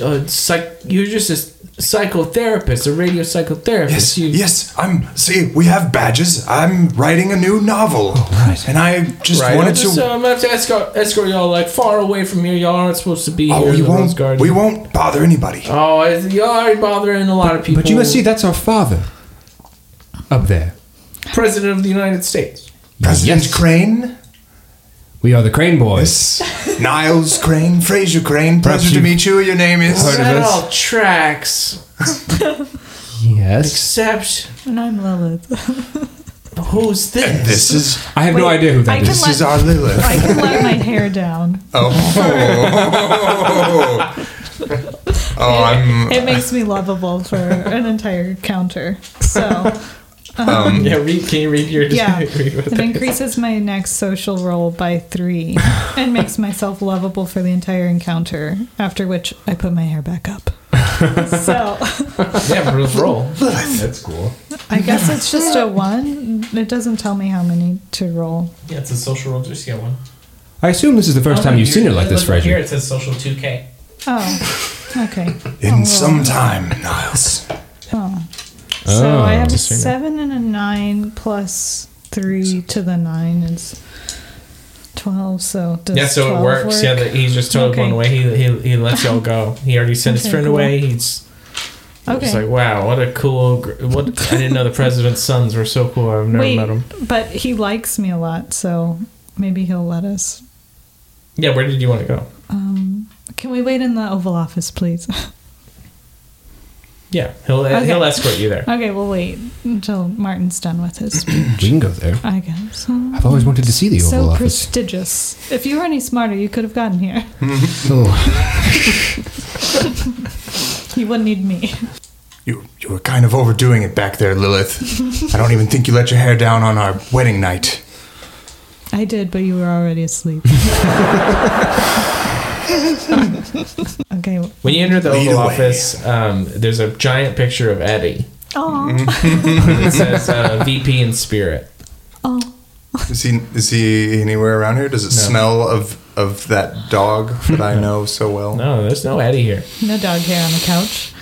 Speaker 1: uh, uh psych, you're just a psychotherapist, a radio psychotherapist.
Speaker 4: Yes,
Speaker 1: you,
Speaker 4: yes, I'm see, we have badges. I'm writing a new novel. And I just
Speaker 1: Oh, Right.
Speaker 4: wanted
Speaker 1: just,
Speaker 4: to
Speaker 1: um, I have to escort, escort y'all like far away from here. Y'all aren't supposed to be here.
Speaker 4: Oh,
Speaker 1: in
Speaker 4: we
Speaker 1: the Rose
Speaker 4: won't
Speaker 1: Garden.
Speaker 4: we won't bother anybody.
Speaker 1: Oh, I- y'all are bothering a lot of people.
Speaker 3: But you must see, that's our father up there.
Speaker 1: President of the United States.
Speaker 4: President
Speaker 3: Yes.
Speaker 1: <laughs>
Speaker 4: Crane?
Speaker 3: We are the Crane Boys.
Speaker 4: Yes. Niles Crane, Fraser Crane,
Speaker 3: Perhaps
Speaker 4: pleasure to
Speaker 3: you've
Speaker 4: meet you. Your name is
Speaker 3: heard of
Speaker 1: that
Speaker 3: us.
Speaker 1: all tracks,
Speaker 3: Yes.
Speaker 1: except
Speaker 5: And I'm Lilith.
Speaker 1: who's this?
Speaker 4: This is
Speaker 3: I have no
Speaker 5: Wait,
Speaker 3: idea who that
Speaker 5: I
Speaker 3: is.
Speaker 5: can
Speaker 4: this
Speaker 5: let-
Speaker 4: is our Lilith.
Speaker 5: I can let my hair down.
Speaker 4: <laughs> Oh. oh, I'm.
Speaker 5: It makes me lovable for an entire counter.
Speaker 1: <laughs>
Speaker 5: So.
Speaker 1: yeah, read, can you read your?
Speaker 5: Yeah.
Speaker 1: read what
Speaker 5: It
Speaker 1: that-
Speaker 5: increases my next social roll
Speaker 1: <laughs>
Speaker 5: by three and makes myself lovable for the entire encounter, after which I put my hair back
Speaker 1: <laughs>
Speaker 5: up. so
Speaker 1: <laughs> yeah, roll- roll.
Speaker 3: That's cool.
Speaker 5: I guess it's just a one. It doesn't tell me how many to roll.
Speaker 1: <laughs> Yeah, it's a social roll. Just get one.
Speaker 3: I assume this is the first time you've seen it like this,
Speaker 1: Here
Speaker 3: Fraser.
Speaker 1: it says social two K.
Speaker 5: Oh, okay.
Speaker 4: In some time, Niles.
Speaker 5: Oh. So
Speaker 3: Oh,
Speaker 5: I have a
Speaker 3: just figured.
Speaker 5: seven and a nine plus three to the nine is 12. So does
Speaker 1: Yeah, so it
Speaker 5: 12
Speaker 1: works.
Speaker 5: work?
Speaker 1: Yeah, that he's just totally
Speaker 5: Okay.
Speaker 1: blown away. He, he he lets y'all go. He already sent his
Speaker 5: Okay,
Speaker 1: friend
Speaker 5: cool.
Speaker 1: away. He's
Speaker 5: Okay.
Speaker 1: It's like, wow, what a cool. gr- What I didn't know the president's sons were so cool. I've never
Speaker 5: Wait,
Speaker 1: met them.
Speaker 5: but he likes me a lot, so maybe he'll let us.
Speaker 1: Yeah, where did you want to go?
Speaker 5: Um, can we wait in the Oval Office, please? <laughs>
Speaker 1: Yeah, he'll uh,
Speaker 5: Okay.
Speaker 1: he'll escort you there.
Speaker 5: okay, we'll wait until Martin's done with his.
Speaker 3: We can go there.
Speaker 5: I guess.
Speaker 3: I've always wanted to see the Oval
Speaker 5: so
Speaker 3: Office.
Speaker 5: prestigious. If you were any smarter, you could have gotten here. <laughs>
Speaker 3: Oh, <laughs>
Speaker 5: You wouldn't need me.
Speaker 4: You, you were kind of overdoing it back there, Lilith. I don't even think you let your hair down on our wedding night.
Speaker 5: I did, but you were
Speaker 1: <laughs>
Speaker 5: already asleep. okay.
Speaker 1: When you enter the
Speaker 4: Lead
Speaker 1: Oval
Speaker 4: away.
Speaker 1: Office, um, there's a giant picture of Eddie.
Speaker 5: Oh,
Speaker 1: It says uh, <laughs> VP in spirit.
Speaker 5: oh.
Speaker 4: Is he is he anywhere around here? Does it smell of of that dog that I know so well?
Speaker 1: No, there's no Eddie here.
Speaker 5: No dog hair on the couch.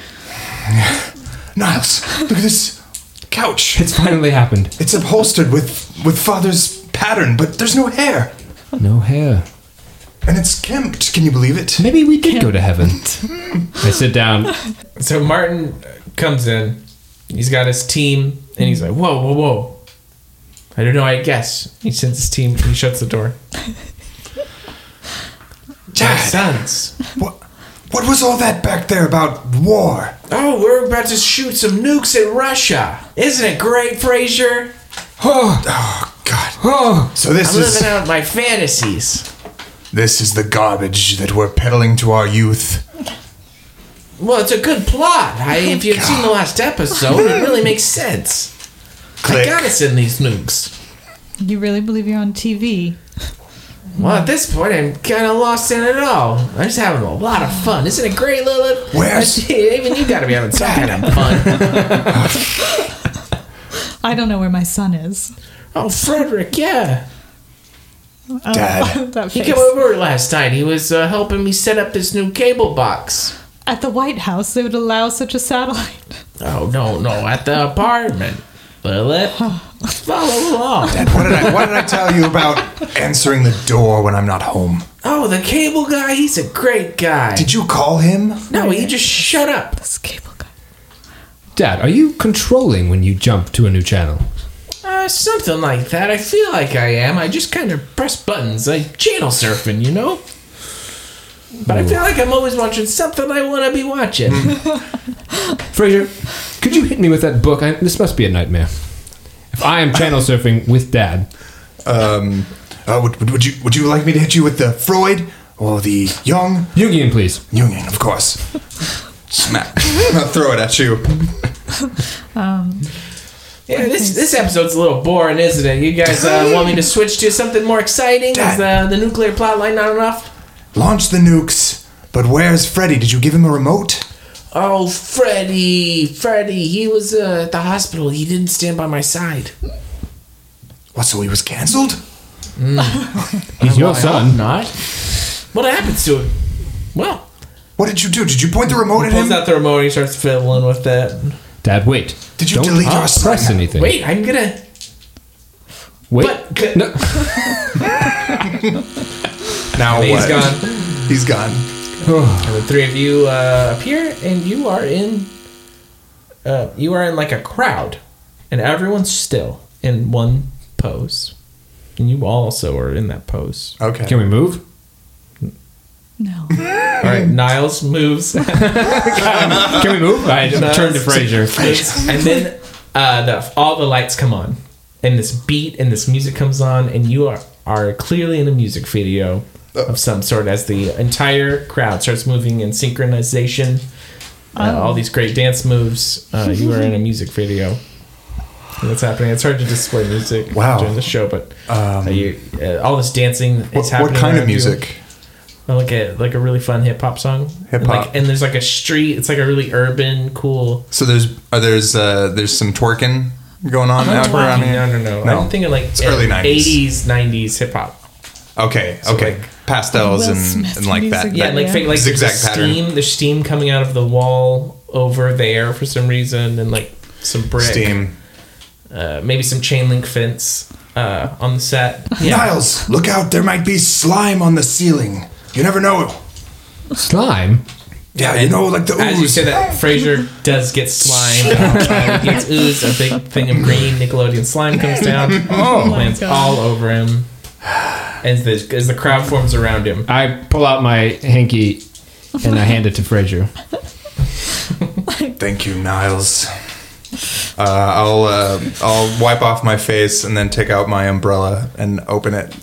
Speaker 4: Niles, look at this couch.
Speaker 3: it's finally happened.
Speaker 4: It's upholstered with with father's pattern, but there's no hair,
Speaker 3: No hair.
Speaker 4: and it's kempt. Can you believe it?
Speaker 3: Maybe we did go to heaven. I sit down.
Speaker 1: So Martin comes in. He's got his team, and he's like, "Whoa, whoa, whoa!" I don't know. I guess he sends his team. He shuts the door. My
Speaker 4: Dad.
Speaker 1: sons.
Speaker 4: What, what was all that back there about war?
Speaker 1: Oh, we're about to shoot some nukes at Russia. Isn't it great, Fraser?
Speaker 4: Oh God!
Speaker 3: Oh,
Speaker 4: So this
Speaker 1: I'm living
Speaker 4: is
Speaker 1: out my fantasies.
Speaker 4: this is the garbage that we're peddling to our youth.
Speaker 1: Well, it's a good plot. I, if you've seen the last episode, it really makes sense. I
Speaker 4: Click.
Speaker 1: gotta send these nukes.
Speaker 5: You really believe you're on TV?
Speaker 1: Well, at this point, I'm kind of lost in it all. I'm just having a lot of fun. Isn't it great, Lilith?
Speaker 4: Where's-
Speaker 1: even you gotta be having some kind <laughs> of fun?
Speaker 5: I don't know where my son is.
Speaker 1: Oh, Frederick, yeah.
Speaker 5: Oh,
Speaker 4: Dad.
Speaker 5: <laughs> that
Speaker 1: He
Speaker 5: face.
Speaker 1: came over last night. He was uh, helping me set up this new cable box.
Speaker 5: At the White House, they would allow such a satellite. <laughs>
Speaker 1: Oh no, no, at the apartment. Lilith, follow along.
Speaker 4: What did I What did I tell you about answering the door when I'm not home?
Speaker 1: Oh, the cable guy, he's a great guy.
Speaker 4: Did you call him?
Speaker 1: no, he just shut up.
Speaker 5: This cable guy.
Speaker 3: Dad, are you controlling when you jump to a new channel?
Speaker 1: Uh, something like that. I feel like I am. I just kind of press buttons, like channel surfing, you know? But I feel like I'm always watching something I want to be watching.
Speaker 3: Fraser, could you hit me with that book? I, this must be a nightmare. If I am channel surfing with Dad,
Speaker 4: Um, uh, would, would, would you would you like me to hit you with the Freud or the Jung?
Speaker 3: Jungian, please.
Speaker 4: Jungian, of course. Smack. <laughs> I'll throw it at you.
Speaker 1: Yeah, this this episode's a little boring, isn't it? You guys uh, want me to switch to something more exciting? Is the, the nuclear plotline not enough?
Speaker 4: Launch the nukes. But where's Freddy? Did you give him a remote?
Speaker 1: Oh, Freddy, Freddy, he was uh, at the hospital. He didn't stand by my side.
Speaker 4: What? So he was canceled?
Speaker 3: He's your son.
Speaker 1: Not. What happens to him? Well,
Speaker 4: What did you do? Did you point the remote at
Speaker 1: pulls
Speaker 4: him?
Speaker 1: out the remote. He starts fiddling with it.
Speaker 3: Dad, wait.
Speaker 4: Did you
Speaker 3: Don't
Speaker 4: delete our son?
Speaker 3: press anything?
Speaker 1: Wait, I'm gonna.
Speaker 3: wait.
Speaker 1: But c-
Speaker 3: No.
Speaker 4: Now
Speaker 1: he's
Speaker 4: what?
Speaker 1: gone.
Speaker 4: <laughs> He's gone.
Speaker 1: And the three of you uh, appear, and you are in. Uh, you are in like a crowd, and everyone's still in one pose, and you also are in that pose.
Speaker 4: Okay.
Speaker 3: Can we move?
Speaker 1: <laughs>
Speaker 5: No.
Speaker 1: All right, Niles moves,
Speaker 3: Can we move? I just turned to <laughs> Fraser.
Speaker 1: and then uh, the, all the lights come on, and this beat and this music comes on, and you are are clearly in a music video
Speaker 4: Oh.
Speaker 1: of some sort as the entire crowd starts moving in synchronization. Uh, All these great dance moves. Uh, you are in a music video. And That's happening. It's hard to display music
Speaker 4: Wow. Um,
Speaker 1: during the show, but uh, you, uh, all this dancing is
Speaker 4: What,
Speaker 1: happening.
Speaker 4: what kind of
Speaker 1: around you.
Speaker 4: music?
Speaker 1: I like a like a really fun hip hop song.
Speaker 4: Hip
Speaker 1: And, like-
Speaker 4: hop.
Speaker 1: and there's like a street. It's like a really urban, cool.
Speaker 4: So there's are there's uh, there's some twerking going on out around here.
Speaker 1: no, no, no,
Speaker 4: No.
Speaker 1: I'm thinking like
Speaker 4: It's early 90s.
Speaker 1: eighties, nineties hip hop.
Speaker 4: Okay, okay. Pastels
Speaker 5: Will
Speaker 4: and,
Speaker 5: Smith
Speaker 4: and like that.
Speaker 5: music,
Speaker 4: that-
Speaker 1: Yeah, and like
Speaker 5: yeah.
Speaker 1: fake, like
Speaker 4: Zigzag
Speaker 1: the
Speaker 4: pattern.
Speaker 1: steam. There's steam coming out of the wall over there for some reason, and like some brick,
Speaker 4: Steam.
Speaker 1: uh, maybe some chain link fence uh, on the set. Yeah,
Speaker 4: Niles, look out! There might be slime on the ceiling. You never know.
Speaker 3: Slime.
Speaker 4: Yeah, you know, like the
Speaker 1: As you
Speaker 4: ooze.
Speaker 1: say that, Fraser does get slime. <laughs> uh, gets oozed. A big thing of green Nickelodeon slime comes down. Oh, lands
Speaker 5: God.
Speaker 1: all over him. As the as the crowd forms around him.
Speaker 3: I pull out my hanky and I hand it to Fraser.
Speaker 4: Thank you, Niles. Uh, I'll uh, I'll wipe off my face and then take out my umbrella and open it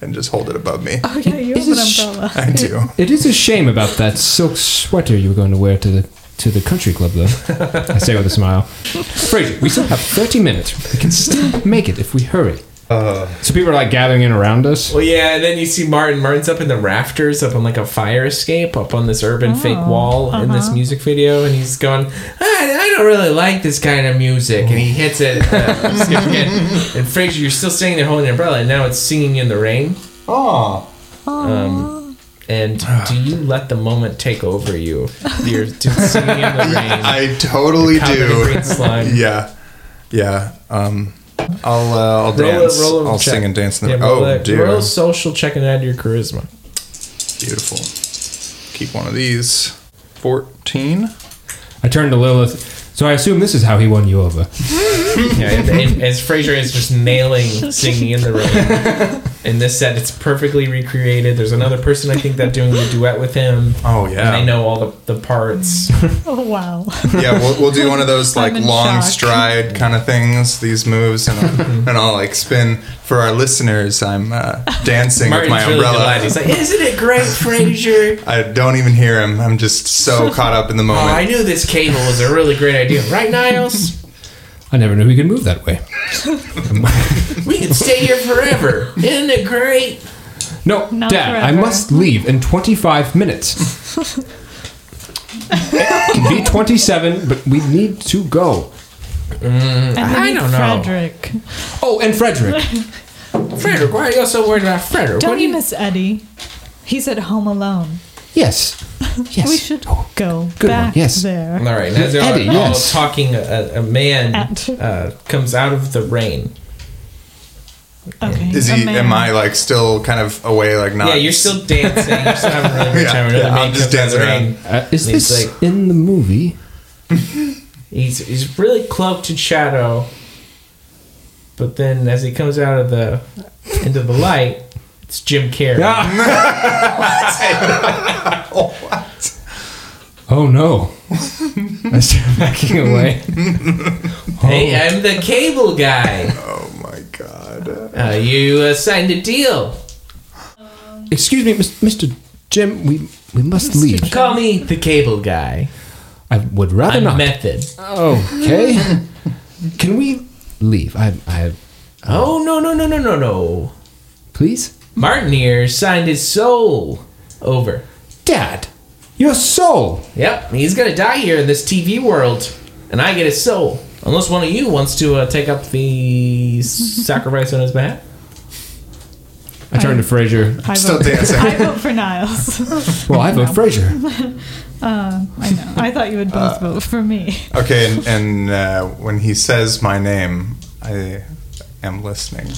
Speaker 4: and just hold it above me.
Speaker 5: Oh, yeah, you have an umbrella.
Speaker 4: I do.
Speaker 3: It is a shame about that silk sweater you were going to wear to the to the country club, though. I say with a smile. Fraser, we still have 30 minutes. We can still make it if we hurry.
Speaker 4: Uh.
Speaker 3: so people are like gathering in around us.
Speaker 1: Well, yeah, and then you see Martin. Martin's up in the rafters, up on like a fire escape, up on this urban fake wall in this music video, and he's going, I, I don't really like this kind of music. And he hits it.
Speaker 4: <laughs>
Speaker 1: Uh, skip again. And Fraser, you're still standing there holding the umbrella, and now it's singing in the rain.
Speaker 4: Oh,
Speaker 1: And
Speaker 4: Ah.
Speaker 1: do you let the moment take over you? You're just singing in
Speaker 4: <laughs>
Speaker 1: the rain.
Speaker 4: I totally
Speaker 1: covered in
Speaker 4: do.
Speaker 1: green slime.
Speaker 4: <laughs> yeah, yeah. Um, I'll uh, I'll
Speaker 1: Roll a-
Speaker 4: dance.
Speaker 1: roll a
Speaker 4: I'll
Speaker 1: check.
Speaker 4: sing and dance in the
Speaker 1: Yeah, roll,
Speaker 4: oh
Speaker 1: a,
Speaker 4: dear,
Speaker 1: roll a social check and add your charisma.
Speaker 4: beautiful. Keep one of these. Fourteen.
Speaker 3: I turn to Lilith. So I assume this is how he won you over.
Speaker 1: Yeah, and, and as Fraser is just nailing singing in the rain. In this set, it's perfectly recreated. There's another person I think that doing the duet with him.
Speaker 4: Oh yeah.
Speaker 1: And they know all the, the parts.
Speaker 4: <laughs>
Speaker 5: Oh,
Speaker 1: <laughs>
Speaker 5: wow.
Speaker 4: yeah, we'll, we'll do one of those like
Speaker 5: I'm in
Speaker 4: long
Speaker 5: shock.
Speaker 4: stride kind of things, these moves, and I'll,
Speaker 1: <laughs>
Speaker 4: and I'll like spin. For our listeners, I'm uh, dancing with
Speaker 1: Martin's
Speaker 4: my
Speaker 1: really
Speaker 4: umbrella.
Speaker 1: delighted. He's like, "Isn't it great, Fraser?
Speaker 4: I don't even hear him. I'm just
Speaker 5: <laughs>
Speaker 4: so caught up in the
Speaker 1: Oh,
Speaker 4: moment.
Speaker 1: I knew this cable was a really great idea, right, Niles?
Speaker 3: I never knew he could move that way.
Speaker 1: We could stay here forever. Isn't it great?"
Speaker 3: No,
Speaker 5: Not
Speaker 3: Dad, I
Speaker 5: forever.
Speaker 3: must leave in 25 minutes. it can be 27, but we need to go.
Speaker 5: And then
Speaker 1: I
Speaker 5: you
Speaker 1: don't know.
Speaker 5: Frederick.
Speaker 3: Oh,
Speaker 5: <laughs>
Speaker 3: and Frederick.
Speaker 1: Frederick, why are you so worried about Frederick?
Speaker 5: Don't
Speaker 1: What do
Speaker 5: you
Speaker 1: you-
Speaker 5: miss Eddie? He's at home alone.
Speaker 3: Yes. Yes.
Speaker 5: We should go
Speaker 3: good one,
Speaker 5: back
Speaker 3: yes.
Speaker 1: All
Speaker 4: <laughs>
Speaker 5: there.
Speaker 1: right, now they're
Speaker 3: Eddie,
Speaker 1: all, all
Speaker 3: yes.
Speaker 1: talking. uh, A, a man
Speaker 5: At-
Speaker 1: uh, comes out of the rain.
Speaker 5: Okay.
Speaker 4: Is
Speaker 5: a
Speaker 4: he?
Speaker 5: man.
Speaker 4: Am I like still kind of away? Like not?
Speaker 1: Oh, Yeah, you're still dancing. You're still having a really good
Speaker 4: Uh, <laughs> Yeah,
Speaker 1: time. Another
Speaker 4: yeah,
Speaker 1: man
Speaker 4: I'm just
Speaker 1: comes out of the
Speaker 4: dancing
Speaker 1: ring.
Speaker 3: Uh, is
Speaker 1: He's
Speaker 3: this
Speaker 1: like-
Speaker 3: in the movie?
Speaker 1: He's he's really cloaked in shadow, but then as he comes out of the into the light, It's Jim Carrey.
Speaker 3: Ah. Oh no! <laughs> I start backing away.
Speaker 1: Hey, I'm the cable <laughs> guy.
Speaker 4: Oh my god.
Speaker 1: Uh, you uh, signed a deal.
Speaker 3: Excuse me, mis- Mr. Jim. We we must leave.
Speaker 1: Call me the cable guy.
Speaker 3: I would rather
Speaker 1: I'm
Speaker 3: not.
Speaker 1: method.
Speaker 3: okay. Can we leave? I I
Speaker 1: Oh no no no no no no!
Speaker 3: please.
Speaker 1: Martin here signed his soul over.
Speaker 3: Dad, your soul.
Speaker 1: Yep, he's gonna die here in this TV world, and I get his soul. Unless one of you wants to uh, take up the <laughs> sacrifice on his behalf.
Speaker 3: I turn to Fraser.
Speaker 5: I
Speaker 4: Still
Speaker 5: vote,
Speaker 4: dancing.
Speaker 5: <laughs> I vote for Niles. <laughs>
Speaker 3: Well, I vote Fraser.
Speaker 5: I know. I thought you would both
Speaker 4: Uh,
Speaker 5: vote for me.
Speaker 4: Okay, and, and uh, when he says my name, I am listening.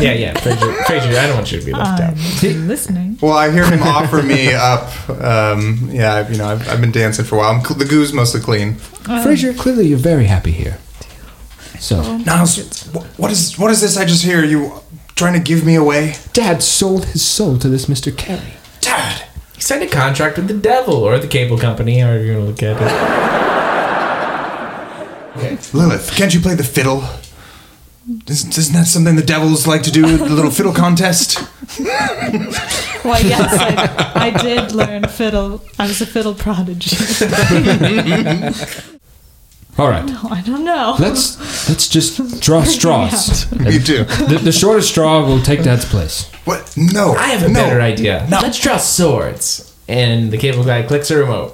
Speaker 1: Yeah, yeah, Fraser. Fraser, I don't want you to be left out.
Speaker 5: I'm listening.
Speaker 4: Well, I hear him offer
Speaker 5: <laughs>
Speaker 4: me up. Um, yeah, I've- you know, I've, I've been dancing for a while. I'm, cl- the goo's mostly clean.
Speaker 3: Fraser, clearly you're very happy here. So,
Speaker 4: Niles, wh- what is what is this I just hear? You trying to give me away?
Speaker 3: Dad sold his soul to this Mr. Carey.
Speaker 1: Dad, he signed a contract with the devil or the cable company, however you're gonna look at it.
Speaker 4: Lilith, can't you play the fiddle? Isn't, isn't that something the devils like to do? The little fiddle <laughs> contest?
Speaker 5: Well, yes, I, I did learn fiddle. I was a fiddle prodigy. <laughs>
Speaker 3: All right,
Speaker 5: No, I don't know.
Speaker 3: let's let's just draw straws.
Speaker 4: Me too.
Speaker 3: The, the shortest straw will take Dad's place.
Speaker 4: What? No.
Speaker 1: I have a
Speaker 4: no.
Speaker 1: better idea.
Speaker 4: No.
Speaker 1: Let's draw swords. And the cable guy clicks a remote.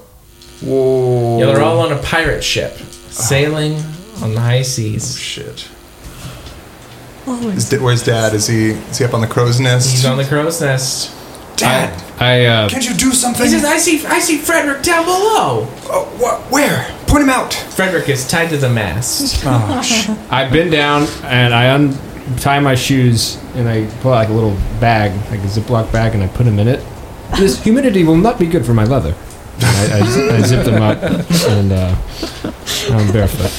Speaker 4: Whoa.
Speaker 1: Y'all are all on a pirate ship, sailing on the high seas.
Speaker 4: Shit.
Speaker 5: Oh
Speaker 4: Is, da- where's Dad? Is he is he up on the crow's nest?
Speaker 1: He's on the crow's nest.
Speaker 4: Dad,
Speaker 3: I uh,
Speaker 4: can't you do something?
Speaker 1: He says, "I see, I see Frederick down below."
Speaker 4: Oh, wh- where? Point him out.
Speaker 1: Frederick is tied to the mast.
Speaker 4: Oh, shit.
Speaker 3: I bend down and I untie my shoes and I pull out like a little bag, like a Ziploc bag, and I put them in it. This humidity will not be good for my leather. And I, I, zi- I zip them up and uh, I'm barefoot.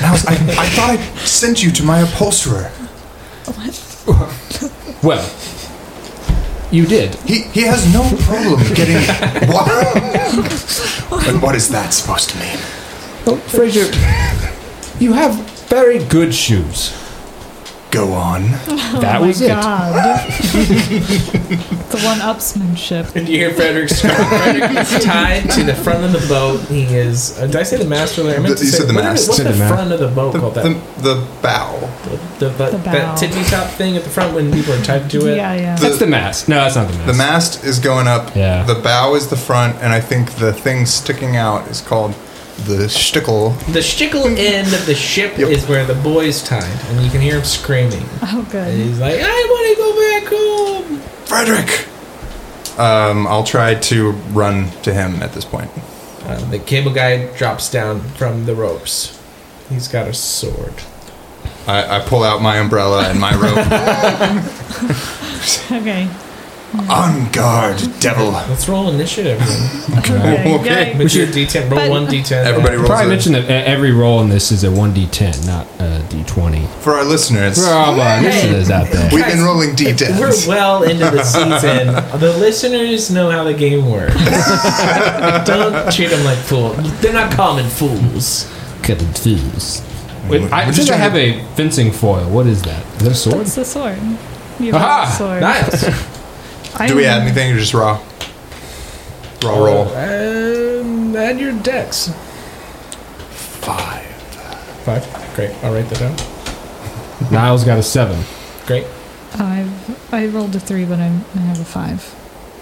Speaker 4: Niles, I, I thought I sent you to my upholsterer.
Speaker 3: Well, you did.
Speaker 4: He he has no problem
Speaker 1: <laughs>
Speaker 4: getting what? but what is that supposed to mean?
Speaker 5: Oh.
Speaker 3: Well, Fraser, you have very good shoes.
Speaker 4: Go on.
Speaker 3: that was
Speaker 5: Oh My
Speaker 3: it.
Speaker 5: God. <laughs> the one
Speaker 1: <laughs>
Speaker 5: upsmanship.
Speaker 1: And you hear Frederick scream. <laughs> Frederick is tied to the front of the boat. He is. Uh, did I say the mast earlier? I meant
Speaker 4: The-
Speaker 1: to
Speaker 4: you
Speaker 1: say,
Speaker 4: said the
Speaker 1: what
Speaker 4: mast.
Speaker 1: is- What's
Speaker 3: Said
Speaker 1: the,
Speaker 3: the mast.
Speaker 1: front of the boat called? That
Speaker 4: The, the bow.
Speaker 1: the, the,
Speaker 5: The
Speaker 1: that
Speaker 5: bow.
Speaker 1: tippy top thing at the front when people are tied to it.
Speaker 5: Yeah, yeah.
Speaker 3: That's the mask. No, that's not the mask.
Speaker 4: The mast is going up.
Speaker 3: Yeah.
Speaker 4: The bow is the front, and I think the thing sticking out is called the shtickle.
Speaker 1: The shickle end of the ship
Speaker 4: Yep.
Speaker 1: is where the boy's tied, and you can hear him screaming.
Speaker 5: Oh,
Speaker 1: And
Speaker 5: good.
Speaker 1: he's like, "I want to go back home."
Speaker 4: Frederick. Um, I'll try to run to him at this point.
Speaker 1: Uh, the cable guy drops down from the ropes. He's got a sword.
Speaker 4: I, I pull out my umbrella and my
Speaker 3: <laughs>
Speaker 4: rope.
Speaker 5: Okay.
Speaker 4: On guard, devil.
Speaker 1: Let's roll initiative.
Speaker 5: <laughs> Okay.
Speaker 4: Okay.
Speaker 5: yikes.
Speaker 1: With your D10, roll
Speaker 5: But-
Speaker 1: one D10.
Speaker 4: Everybody rolls.
Speaker 3: Probably
Speaker 4: a-
Speaker 3: mentioned that e- every roll in this is a 1d10, not a d20.
Speaker 4: for our listeners.
Speaker 3: For all my listeners out there.
Speaker 4: We've been rolling
Speaker 1: We're
Speaker 4: d10s.
Speaker 1: well into the season. The listeners know how the game works. Don't treat them like fools. They're not common fools.
Speaker 3: Wait, I,
Speaker 4: We're just
Speaker 3: since I
Speaker 4: trying
Speaker 3: have
Speaker 4: to-
Speaker 3: a fencing foil, what is that? Is that a sword?
Speaker 5: That's the sword. You
Speaker 3: Aha!
Speaker 5: have the sword. <laughs>
Speaker 1: Nice.
Speaker 4: Do we add anything or just raw? Raw roll.
Speaker 1: Um, add your dex.
Speaker 4: Five.
Speaker 1: Five. Great. I'll write that down.
Speaker 3: Niles got a seven.
Speaker 1: Great.
Speaker 5: I've, I rolled a three, but I'm, I have a five.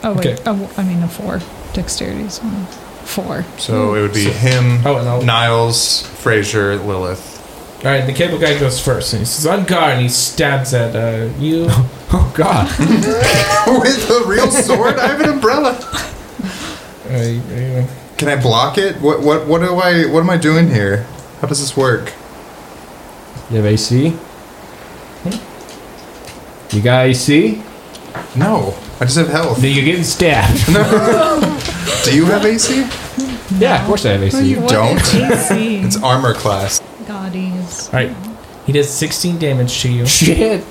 Speaker 5: Oh, wait.
Speaker 1: Okay.
Speaker 5: a w- I mean, a four. Dexterity's one. Four.
Speaker 4: So it would be him,
Speaker 1: Oh, and I'll.
Speaker 4: Niles, Fraser, Lilith.
Speaker 1: All right. The cable guy goes first, and he says, "On guard," and he stabs at uh,
Speaker 4: <laughs>
Speaker 1: you.
Speaker 3: <laughs> Oh, God.
Speaker 4: With a real sword, I have an umbrella.
Speaker 1: Uh, you-
Speaker 4: Can I block it? What what what do I what am I doing here? How does this work?
Speaker 3: You have AC? You got AC?
Speaker 4: No, I just have health.
Speaker 3: Then you're getting stabbed. <laughs>
Speaker 4: Do you have AC?
Speaker 3: Yeah, of course I have AC.
Speaker 4: you- <laughs> don't. It's Um,
Speaker 5: AC.
Speaker 4: armor class.
Speaker 5: Gaudies.
Speaker 1: All right. He does 16 damage to you.
Speaker 3: Shit.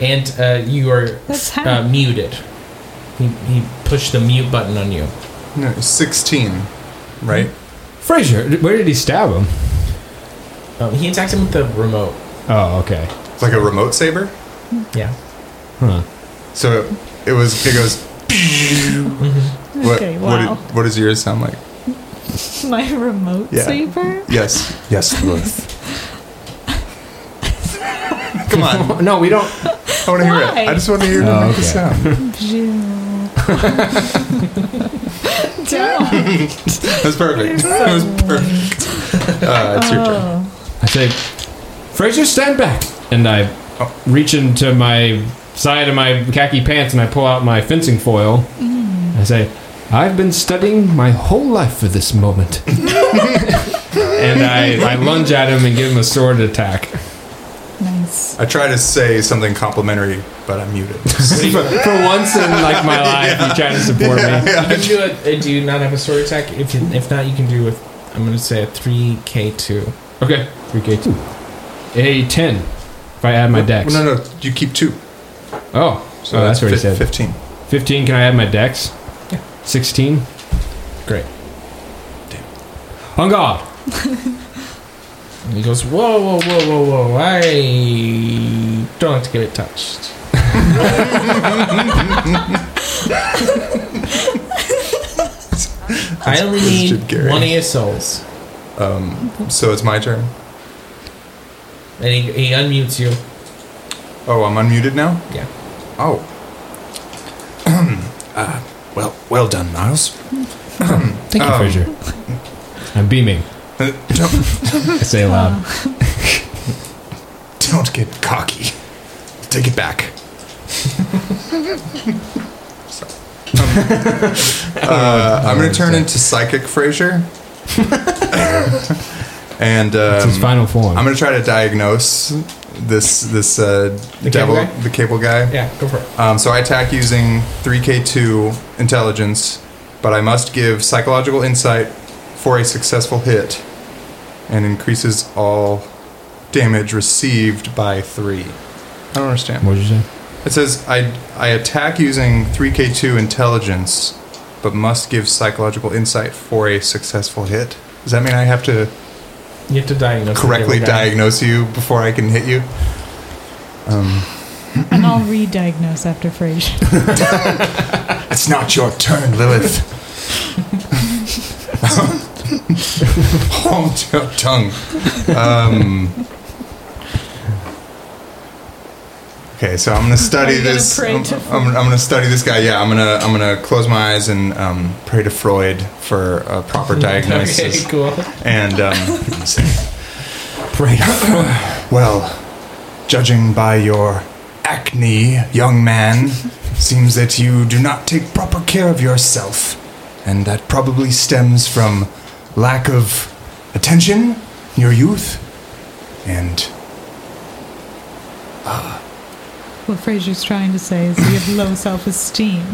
Speaker 1: and uh, you are
Speaker 5: That's how.
Speaker 1: uh, muted. He, he pushed the mute button on you.
Speaker 4: No, 16, right?
Speaker 3: Frazier, where did he stab him?
Speaker 1: Um, he attacked him with the remote.
Speaker 3: Oh, okay.
Speaker 4: It's like a remote saber.
Speaker 1: Yeah.
Speaker 3: Huh.
Speaker 4: So it was. It goes. What,
Speaker 5: okay,
Speaker 4: what,
Speaker 5: wow. <laughs>
Speaker 4: did- what does yours sound like?
Speaker 5: My remote
Speaker 4: Yeah. <laughs>
Speaker 5: saber?
Speaker 4: Yes. Yes. it was. Come on.
Speaker 3: <laughs> No, we don't.
Speaker 4: I want to hear it.
Speaker 5: Why?
Speaker 4: I just want to hear
Speaker 3: Oh,
Speaker 4: it make the
Speaker 3: okay.
Speaker 4: sound.
Speaker 5: Don't.
Speaker 4: That's perfect. That was perfect.
Speaker 5: <laughs>
Speaker 4: Uh, it's
Speaker 5: Oh.
Speaker 4: your turn.
Speaker 3: I say, Fraser, stand back. And I
Speaker 4: Oh.
Speaker 3: reach into my side of my khaki pants and I pull out my fencing foil. I say, I've been studying my whole life for this
Speaker 4: <laughs>
Speaker 3: moment. and I, I lunge at him and give him a sword attack.
Speaker 5: Nice.
Speaker 4: I try to say something complimentary, but I'm muted.
Speaker 3: For once in
Speaker 4: <laughs>
Speaker 3: like my life, you try to support me.
Speaker 1: You can do a, uh, do you not have a sword attack? If you, if not, you can do with I'm going to say a three k two.
Speaker 3: Okay, 3k2. A 10, if I add <laughs> my dex.
Speaker 4: No, no, you keep two.
Speaker 3: Oh, so that's what he
Speaker 4: fif-
Speaker 3: said.
Speaker 4: Fifteen.
Speaker 3: 15, can I add my dex? Yeah. 16?
Speaker 1: Great.
Speaker 3: On guard.
Speaker 1: And he goes whoa whoa whoa whoa whoa I don't like to get it
Speaker 3: <laughs>
Speaker 1: touched. I only
Speaker 4: That's
Speaker 1: need
Speaker 4: Jim Carrey.
Speaker 1: one of your souls.
Speaker 4: So it's my turn.
Speaker 1: And he, he unmutes you.
Speaker 4: Oh, I'm unmuted now.
Speaker 1: Yeah.
Speaker 4: Oh. <clears throat> uh, well, well done, Miles.
Speaker 3: Thank you,
Speaker 1: Oh.
Speaker 4: Um,
Speaker 3: Fraser. I'm beaming.
Speaker 4: Uh, Don't, <laughs>
Speaker 3: I say
Speaker 5: Um,
Speaker 3: aloud.
Speaker 4: Um,
Speaker 5: Uh,
Speaker 4: don't get cocky. Take it <laughs> back. Sorry. Um, uh, I'm going to turn into Psychic <laughs> Frasier. and
Speaker 3: It's his
Speaker 4: um,
Speaker 3: final form.
Speaker 4: I'm going to try to diagnose this this uh,
Speaker 1: The
Speaker 4: devil,
Speaker 1: cable guy?
Speaker 4: the cable guy.
Speaker 1: Yeah, go for it.
Speaker 4: Um, so I attack using 3k2 intelligence, but I must give psychological insight for a successful hit and increases all damage received by 3. I don't understand.
Speaker 3: What'd you say?
Speaker 4: It says I, I attack using 3k2 intelligence, but must give psychological insight for a successful hit. Does that mean I have to
Speaker 1: You have to diagnose. the
Speaker 4: correctly
Speaker 1: cable guy.
Speaker 4: diagnose you before I can hit you? Um,
Speaker 5: And I'll re diagnose after Frasier.
Speaker 4: It's not your turn, Lilith. Hold your tongue. Um, okay, so I'm gonna
Speaker 5: Are
Speaker 4: study
Speaker 5: you gonna
Speaker 4: this.
Speaker 5: pray
Speaker 4: I'm,
Speaker 5: to-
Speaker 4: I'm- I'm gonna study this guy. Yeah, I'm gonna I'm gonna close my eyes and um, pray to Freud for a
Speaker 5: <laughs>
Speaker 4: proper diagnosis.
Speaker 1: Okay, <laughs> cool.
Speaker 4: And um, pray. <laughs> well, judging by your acne, young man, seems that you do not take proper care of yourself, and that probably stems from lack of attention in your youth, and
Speaker 5: What Frasier's trying to say is you have low self esteem.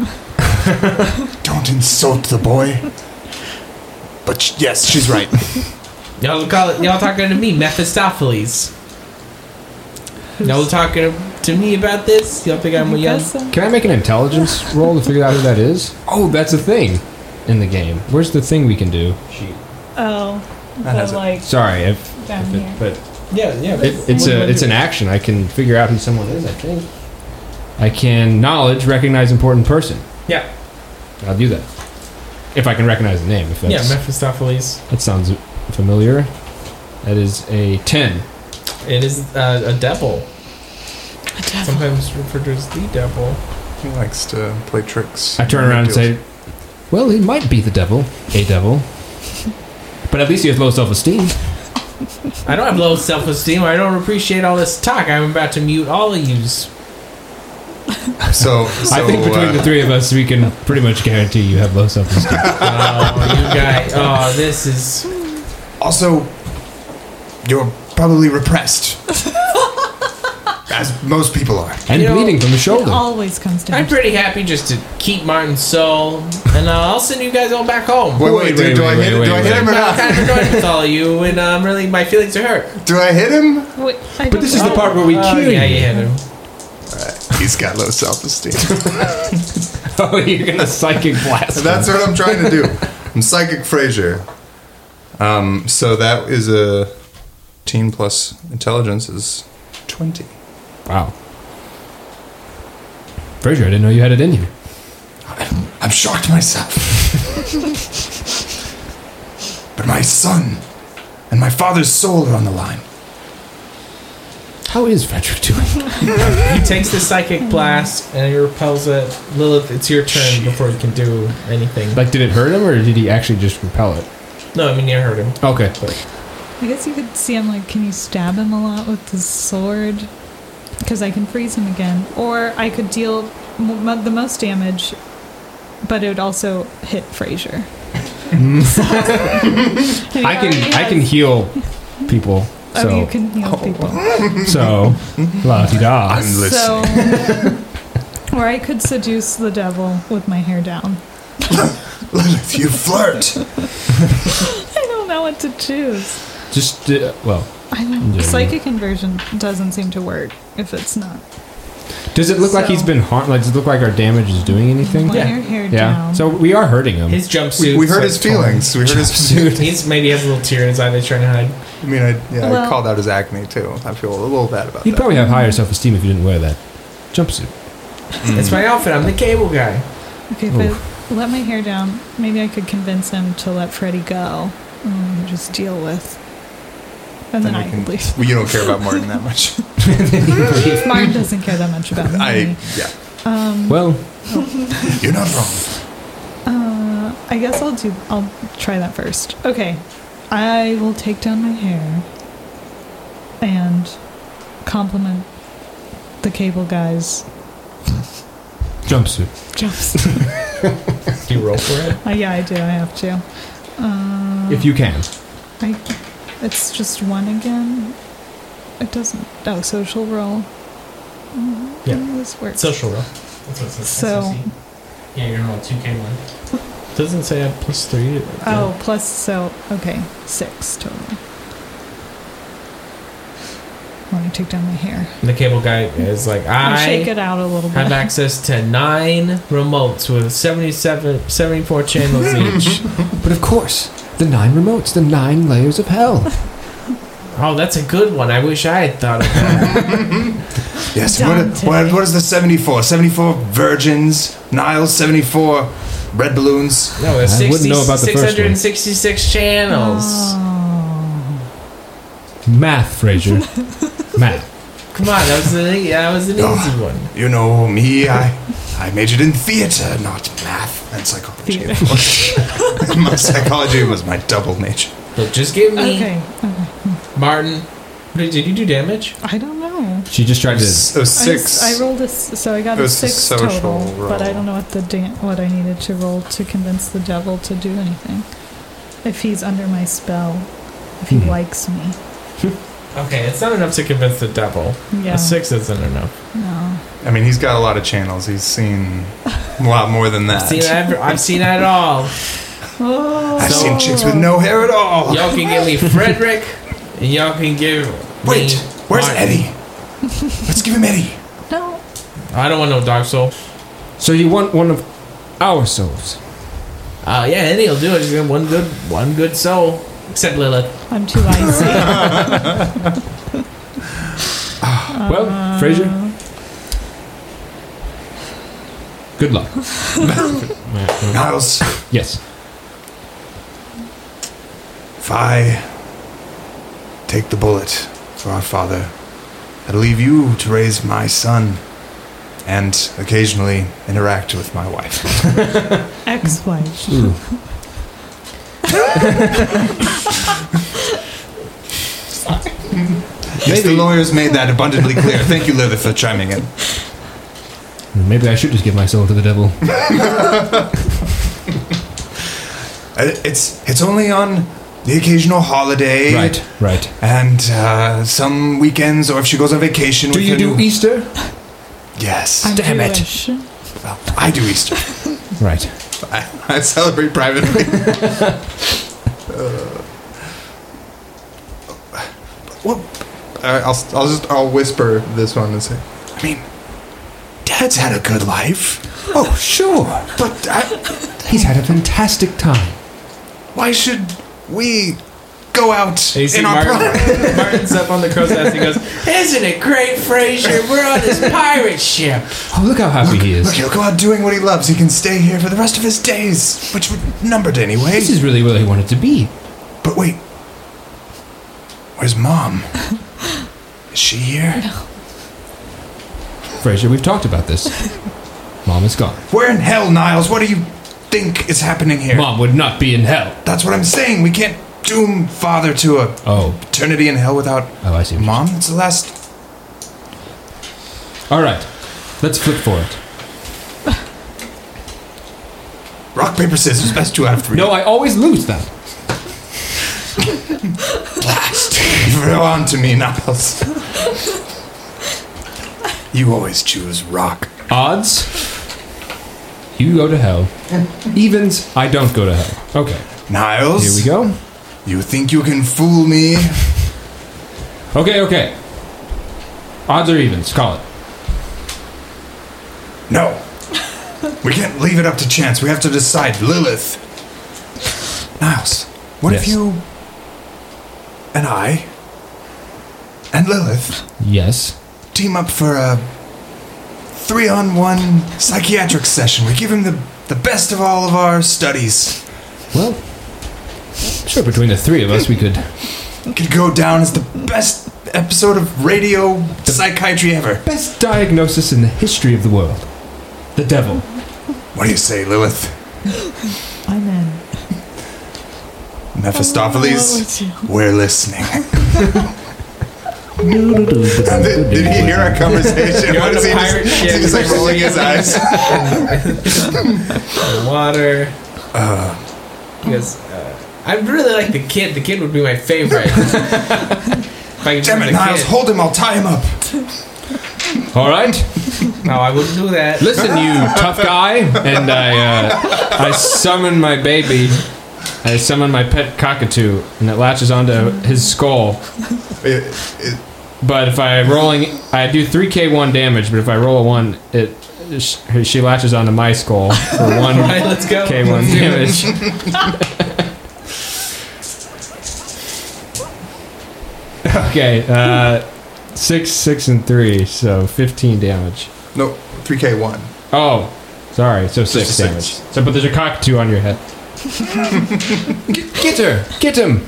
Speaker 4: don't insult the boy. But sh- yes, she's right.
Speaker 1: Y'all call it, y'all talking to me, Mephistopheles. Y'all talking to me about this? Y'all think I'm a young?
Speaker 3: Can I make an intelligence roll to figure out who that is? Oh, that's a thing in the game. Where's the thing we can do?
Speaker 5: Oh,
Speaker 4: That has
Speaker 5: the
Speaker 4: it.
Speaker 5: like
Speaker 3: Sorry, if,
Speaker 5: down
Speaker 3: if
Speaker 5: here.
Speaker 3: it, but
Speaker 1: Yeah, yeah.
Speaker 3: it, it's a it's an action. I can figure out who someone is. I think. I can knowledge recognize important person.
Speaker 1: yeah,
Speaker 3: I'll do that if I can recognize the name. If that's,
Speaker 1: yeah. Mephistopheles.
Speaker 3: that sounds familiar. That is a ten.
Speaker 1: It is uh, a devil.
Speaker 5: A devil.
Speaker 1: Sometimes referred to as the devil.
Speaker 4: He likes to play tricks.
Speaker 3: I turn around and say, "Well, he might be the devil, a devil, <laughs> but at least he has low self-esteem."
Speaker 1: I don't have low self-esteem. I don't appreciate all this talk. I'm about to mute all of yous.
Speaker 4: So, uh,
Speaker 3: I think between the three of us, we can pretty much guarantee you have
Speaker 4: <laughs>
Speaker 3: low self-esteem.
Speaker 1: Oh, you
Speaker 5: <laughs>
Speaker 1: guys. Oh, this is.
Speaker 4: Also, you're probably <laughs> repressed. as most people are.
Speaker 3: and
Speaker 1: You know,
Speaker 3: bleeding from the
Speaker 5: It
Speaker 3: shoulder.
Speaker 5: always comes down.
Speaker 1: I'm
Speaker 5: to
Speaker 1: pretty happy just to keep Martin's soul, and uh, I'll send you guys all back home.
Speaker 4: Wait, wait,
Speaker 3: Wait,
Speaker 4: do,
Speaker 3: wait,
Speaker 4: do I
Speaker 3: wait,
Speaker 4: hit,
Speaker 3: wait,
Speaker 4: do I
Speaker 3: wait,
Speaker 4: hit him or
Speaker 1: But I'm
Speaker 4: not?
Speaker 1: kind of annoyed with all of you, and um, really, my feelings are hurt.
Speaker 4: Do I hit him?
Speaker 5: Wait, I
Speaker 3: But
Speaker 5: don't
Speaker 3: this is the
Speaker 5: know.
Speaker 3: part where we
Speaker 1: Oh,
Speaker 3: cue
Speaker 1: yeah,
Speaker 3: you.
Speaker 1: you hit him.
Speaker 4: He's got low self <laughs> esteem.
Speaker 3: <laughs> Oh, you're gonna psychic blast.
Speaker 4: That's what I'm trying to do. I'm psychic Frazier. Um, so that is a teen plus intelligence is twenty.
Speaker 3: wow. Frazier, I didn't know you had it in you.
Speaker 4: I'm shocked myself. <laughs> but my son and my father's soul are on the line. <laughs>
Speaker 3: How is Frederick doing?
Speaker 1: He takes the psychic blast and he repels it. Lilith, it's your turn before you can do anything.
Speaker 3: Like, did it hurt him, or did he actually just repel it?
Speaker 1: No, I mean you heard him.
Speaker 3: Okay.
Speaker 5: I guess you could see I'm like, can you stab him a lot with the sword? Because I can freeze him again. Or I could deal m- m- the most damage, but it would also hit Frazier.
Speaker 3: <laughs> I can I can heal people.
Speaker 5: <laughs> Oh,
Speaker 3: So
Speaker 5: you can heal people.
Speaker 1: <laughs>
Speaker 3: <laughs> so la di da.
Speaker 4: I'm
Speaker 5: So,
Speaker 3: <laughs>
Speaker 4: listening.
Speaker 5: or I could seduce the devil with my hair down.
Speaker 4: Lilith, you flirt.
Speaker 5: I don't know what to choose.
Speaker 3: Just uh, well,
Speaker 5: I don't.
Speaker 3: Yeah.
Speaker 5: Psychic conversion doesn't seem to work if it's not.
Speaker 3: does it look like he's
Speaker 5: So-
Speaker 3: been harmed? Like, does it look like our damage is doing anything?
Speaker 5: When
Speaker 1: Yeah.
Speaker 5: your hair
Speaker 3: Yeah.
Speaker 5: down.
Speaker 3: So we are hurting him.
Speaker 1: His jumpsuit.
Speaker 4: We, we heard his feelings. We heard his feelings.
Speaker 1: He's maybe has a little tear in his eye that he's trying to hide.
Speaker 4: I mean, I, yeah, I
Speaker 5: Well-
Speaker 4: called out his acne too. I feel a little bad about
Speaker 3: You'd
Speaker 4: that.
Speaker 3: probably have higher self esteem if you didn't wear that jumpsuit.
Speaker 1: It's my outfit. I'm the cable guy.
Speaker 5: okay, but let my hair down. Maybe I could convince him to let Freddy go. And just deal with. And then,
Speaker 4: we
Speaker 5: I can leave.
Speaker 4: well, you don't care about Martin that
Speaker 5: <laughs>
Speaker 4: much.
Speaker 5: Martin doesn't care that much
Speaker 4: <laughs>
Speaker 5: about me.
Speaker 4: I yeah.
Speaker 3: Well,
Speaker 4: You're not wrong.
Speaker 5: Uh, I guess I'll do. I'll try that first. Okay, I will take down my hair and compliment the cable guy's <laughs>
Speaker 3: jumpsuit.
Speaker 5: jumps.
Speaker 1: Do you roll for it?
Speaker 5: uh, yeah, I do. I have to. Uh,
Speaker 3: If you can.
Speaker 5: I, it's just one again. It doesn't. Oh, social roll.
Speaker 1: Yeah.
Speaker 5: this works.
Speaker 1: Social roll.
Speaker 5: So-
Speaker 1: Yeah, you're on two K one. Doesn't say I have plus three.
Speaker 5: Oh, plus so okay, six total. Let me take down my hair.
Speaker 1: The cable guy is like
Speaker 5: I'll
Speaker 1: I
Speaker 5: shake it out a little
Speaker 1: have
Speaker 5: bit.
Speaker 1: access to nine remotes with 77, 74 <laughs> channels each.
Speaker 3: But of course, the nine remotes, the nine layers of hell.
Speaker 1: Oh, that's a good one. I wish I had thought of that.
Speaker 4: Yes. What,
Speaker 5: Dante.
Speaker 4: what, what is the 74? 74 virgins. Nile 74 red balloons.
Speaker 1: No, <laughs> it's
Speaker 3: I
Speaker 1: 60,
Speaker 3: wouldn't know about the first one.
Speaker 1: 666 channels.
Speaker 5: Oh.
Speaker 3: Math, Fraser. Math.
Speaker 1: Come on, that was an, e- that was an
Speaker 4: Oh.
Speaker 1: easy one.
Speaker 4: You know me. I I majored in theater, not math and psychology. of
Speaker 5: Theater.
Speaker 4: course. <laughs> my psychology was my double nature.
Speaker 1: But just give me
Speaker 5: Okay, okay.
Speaker 1: Martin. Did, did you do damage?
Speaker 5: I don't know.
Speaker 3: She just tried
Speaker 4: <laughs>
Speaker 3: to.
Speaker 4: So
Speaker 5: I
Speaker 4: Oh, six.
Speaker 5: s- I, rolled a s- so I got
Speaker 4: It
Speaker 5: a
Speaker 4: was a
Speaker 5: six
Speaker 4: social
Speaker 5: total, but I
Speaker 4: roll.
Speaker 5: don't know what the dan- what I needed to roll to convince the devil to do anything. If he's under my spell, if he
Speaker 3: Hmm.
Speaker 5: likes me,
Speaker 1: Okay, it's not enough to convince the devil.
Speaker 5: yeah,
Speaker 1: A six isn't enough.
Speaker 5: no,
Speaker 4: I mean, he's got a lot of channels. He's seen a lot more than that.
Speaker 1: I've seen, ever, I've seen it all.
Speaker 5: oh,
Speaker 4: I've seen chicks with no hair at all.
Speaker 1: Y'all can give me Frederick, and y'all can give.
Speaker 4: Wait,
Speaker 1: me
Speaker 4: where's
Speaker 1: Martin.
Speaker 4: <laughs> Eddie? Let's give him Eddie.
Speaker 5: no,
Speaker 1: I don't want no Dark Soul.
Speaker 3: So you want one of our souls?
Speaker 1: Uh, yeah, Eddie'll do it. Just get one good, one good soul. Except Lilith.
Speaker 5: I'm too icy.
Speaker 3: well, Fraser. Good luck.
Speaker 4: Niles,
Speaker 3: Yes.
Speaker 4: if I take the bullet for our father, I'd leave you to raise my son and occasionally interact with my wife.
Speaker 5: Ex-wife.
Speaker 3: Ooh.
Speaker 4: <laughs> Yes, the lawyers made that abundantly clear. Thank you, Lilith, for chiming in.
Speaker 3: Maybe I should just give my soul to the devil.
Speaker 4: Uh, It's it's only on the occasional holiday,
Speaker 3: right. Right.
Speaker 4: And uh, some weekends, or if she goes on vacation. with her new-
Speaker 3: Easter?
Speaker 4: Yes,
Speaker 5: I'm
Speaker 3: Damn it.
Speaker 5: Jewish.
Speaker 4: Well, I do Easter.
Speaker 3: Right.
Speaker 4: I, <laughs> I celebrate privately. Uh, well, I- I'll, I'll just I'll whisper this one and say, I mean,
Speaker 7: dad's had a good life.
Speaker 4: Oh, sure. But I,
Speaker 7: He's had a fantastic time.
Speaker 4: why should we go out
Speaker 1: And you see
Speaker 4: in our prime?
Speaker 1: Martin, <laughs> Martin's up on the crow's nest. He
Speaker 4: <laughs>
Speaker 1: goes,
Speaker 2: Isn't it great, Fraser? We're on this pirate ship.
Speaker 3: Oh, look how happy he
Speaker 4: Look,
Speaker 3: is.
Speaker 4: he'll go out doing what he loves. He can stay here for the rest of his days, which were numbered anyway.
Speaker 3: This is really where he wanted to be.
Speaker 4: But wait, where's mom? Is she here?
Speaker 3: Fraser, we've talked about <laughs> this. Mom is gone.
Speaker 4: Where in hell, Niles? What do you think is happening here?
Speaker 3: Mom would not be in hell.
Speaker 4: That's what I'm saying. We can't doom father to a
Speaker 3: Oh,
Speaker 4: eternity in hell without
Speaker 3: oh, I see.
Speaker 4: mom. That's the last.
Speaker 3: All right, let's flip for it.
Speaker 4: Rock paper scissors. Best two out of three.
Speaker 3: No, I always lose that.
Speaker 4: blast. <laughs> Throw on to me, Niles. you always choose rock.
Speaker 3: Odds, you go to <laughs> hell. Evens, I don't go to hell. Okay,
Speaker 4: Niles.
Speaker 3: here we go.
Speaker 4: You think you can fool me?
Speaker 3: Okay, okay. Odds or evens, call it.
Speaker 4: No. We can't leave it up to chance. We have to decide. Lilith. Niles, what if
Speaker 3: Yes.
Speaker 4: you and I and Lilith
Speaker 3: Yes.
Speaker 4: team up for a three on one psychiatric session? We give him the, the best of all of our studies.
Speaker 3: Well, sure, between the three of us, we could.
Speaker 4: Could go down as the best episode of radio psychiatry ever.
Speaker 3: Best diagnosis in the history of the world. The devil.
Speaker 4: What do you say, Lilith?
Speaker 5: I'm in.
Speaker 4: Mephistopheles, we're listening. <laughs> did, did he hear our
Speaker 1: <laughs>
Speaker 4: conversation? What is he just-
Speaker 1: pirate ship.
Speaker 4: <laughs> He's like rolling
Speaker 1: <laughs>
Speaker 4: his eyes.
Speaker 1: water.
Speaker 4: Uh.
Speaker 1: He goes, uh, I really like the kid. The kid would be my favorite.
Speaker 4: <laughs>
Speaker 1: if I could
Speaker 4: Damn
Speaker 1: do the
Speaker 4: it, Niles,
Speaker 1: kid.
Speaker 4: hold him, I'll tie him up.
Speaker 3: All right.
Speaker 1: No, I wouldn't do that. <laughs>
Speaker 3: Listen, you tough guy. And I, uh, I summon my baby. I summon my pet cockatoo, and it latches onto his skull.
Speaker 4: It- it-
Speaker 3: But if I rolling, I do three k one damage. But if I roll a one, it sh- she latches onto my skull for one
Speaker 1: All right, let's go.
Speaker 3: k one damage. <laughs> okay, uh, six, six, and three, so fifteen damage.
Speaker 4: no, 3K1.
Speaker 3: Oh, sorry, so six
Speaker 4: Just a
Speaker 3: damage.
Speaker 4: six.
Speaker 3: So, but there's a cockatoo on your head. get, get her, get him.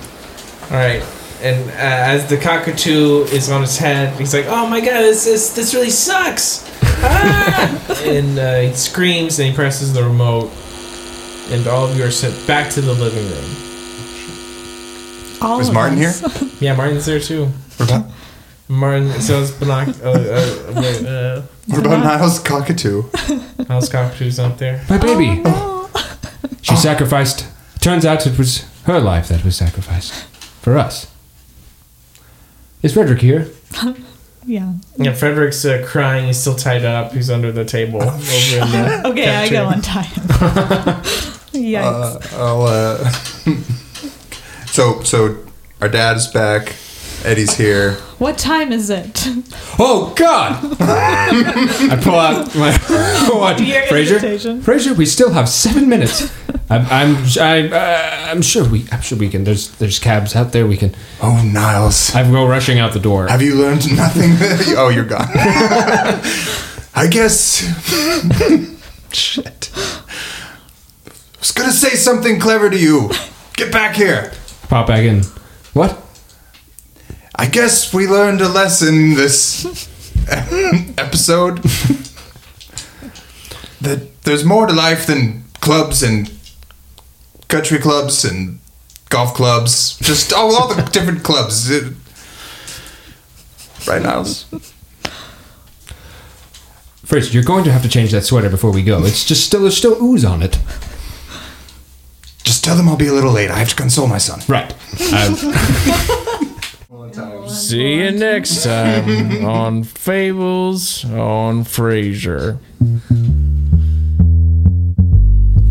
Speaker 1: All right. And uh, as the cockatoo is on his head, he's like, "Oh my god, this this, this really sucks!" Ah! and uh, he screams and he presses the remote, and all of you are sent back to the living room.
Speaker 5: All
Speaker 4: Was
Speaker 5: of
Speaker 4: Martin
Speaker 5: us.
Speaker 4: here?
Speaker 1: Yeah, Martin's there too.
Speaker 4: What about,
Speaker 1: Martin, so it's binoc. Uh, uh, wait, uh,
Speaker 4: what about Niles Cockatoo?
Speaker 1: house cockatoo's not there.
Speaker 3: My baby.
Speaker 5: Oh, no.
Speaker 3: <laughs> She sacrificed. Turns out it was her life that was sacrificed for us. Is Frederick here?
Speaker 5: <laughs> Yeah.
Speaker 1: Yeah, Frederick's uh, crying. He's still tied up. He's under the table. Over in the
Speaker 5: Okay, I
Speaker 1: cafeteria.
Speaker 5: go on time. Yikes.
Speaker 4: Uh, I'll, uh, <laughs> so, so our dad's back, Eddie's here.
Speaker 5: what time is it? <laughs>
Speaker 3: Oh God! <laughs> I pull out my <laughs> watch.
Speaker 5: Your
Speaker 3: Fraser,
Speaker 5: invitation.
Speaker 3: Fraser, we still have seven minutes. I'm, I'm, I'm, uh, I'm sure we, I'm sure we can. There's, there's cabs out there. We can.
Speaker 4: Oh, Niles.
Speaker 3: I go rushing out the door.
Speaker 4: Have you learned nothing? <laughs> oh, you're gone. I guess. <laughs> Shit. I was gonna say something clever to you. Get back here.
Speaker 3: Pop back in. What?
Speaker 4: I guess we learned a lesson this <laughs> episode. that there's more to life than clubs and country clubs and golf clubs. Just all, all the different clubs. It- Right, Niles?
Speaker 3: Fraser, you're going to have to change that sweater before we go. It's just still, there's still ooze on it.
Speaker 4: Just tell them I'll be a little late. I have to console my son.
Speaker 3: Right. Um, I-
Speaker 2: <laughs> See you next time on Fables on Fraser.
Speaker 3: <laughs>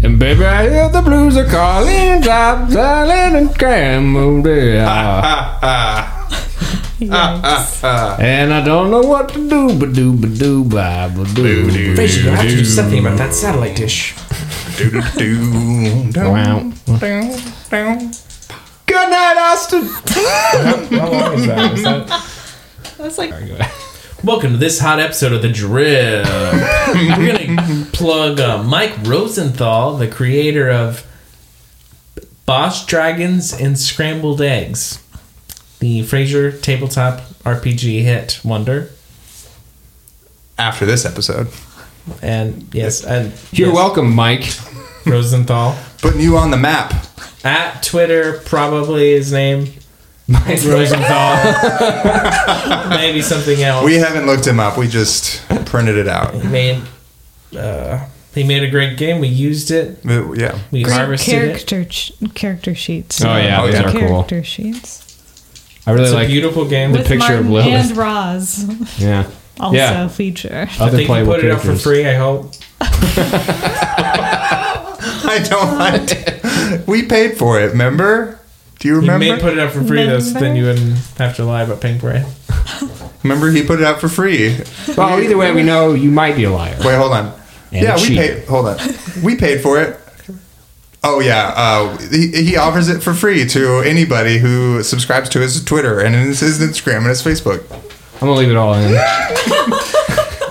Speaker 3: And baby, I hear the blues are calling, drop, darling, and camel there.
Speaker 5: Yikes.
Speaker 3: And I don't know what to do, ba doo ba doo ba ba doo.
Speaker 1: Fraser, you have to do something about that satellite dish.
Speaker 3: Wow.
Speaker 4: Good night, Austin.
Speaker 2: How long is that? Is that
Speaker 5: That's like
Speaker 1: Welcome to this hot episode of The Drill. We're going to plug uh, Mike Rosenthal, the creator of Boss Dragons and Scrambled Eggs, the Fraser tabletop RPG hit wonder.
Speaker 4: After this episode,
Speaker 1: And yes, and
Speaker 3: You're
Speaker 1: yes,
Speaker 3: welcome, Mike.
Speaker 1: Rosenthal.
Speaker 4: putting you on the map.
Speaker 1: At Twitter, probably his name. Mike Rosenthal. Maybe something else.
Speaker 4: We haven't looked him up. We just printed it out.
Speaker 1: He made uh, he made a great game. We used it.
Speaker 4: But, yeah.
Speaker 1: We
Speaker 5: great
Speaker 1: harvested it.
Speaker 5: character ch- character sheets.
Speaker 3: Oh yeah,
Speaker 4: Oh,
Speaker 3: those
Speaker 4: yeah.
Speaker 3: are cool.
Speaker 5: character sheets.
Speaker 3: I really
Speaker 1: It's a
Speaker 3: like.
Speaker 1: beautiful game.
Speaker 3: The
Speaker 5: With
Speaker 3: picture of
Speaker 5: Martin
Speaker 3: Lilith.
Speaker 5: and
Speaker 3: <laughs>
Speaker 5: Roz
Speaker 3: Yeah.
Speaker 5: also
Speaker 3: Yeah.
Speaker 5: feature. <laughs>
Speaker 1: I
Speaker 3: Other
Speaker 1: think you
Speaker 3: playable
Speaker 1: put it up for
Speaker 3: characters.
Speaker 1: free. I hope.
Speaker 4: <laughs>
Speaker 1: <laughs>
Speaker 4: I don't like it. We paid for it, remember? Do you
Speaker 1: You
Speaker 4: remember?
Speaker 1: may put it up for free, though, so then
Speaker 5: Remember?
Speaker 1: you wouldn't have to lie about pink brain.
Speaker 4: remember he put it out for free.
Speaker 3: Well, either way, we know you might be a liar.
Speaker 4: Wait, hold on.
Speaker 3: And
Speaker 4: yeah,
Speaker 3: a
Speaker 4: we
Speaker 3: cheat.
Speaker 4: paid. Hold on. We paid for it. Oh yeah, uh, he, he offers it for free to anybody who subscribes to his Twitter and his, his Instagram and his Facebook.
Speaker 3: I'm gonna leave it all in.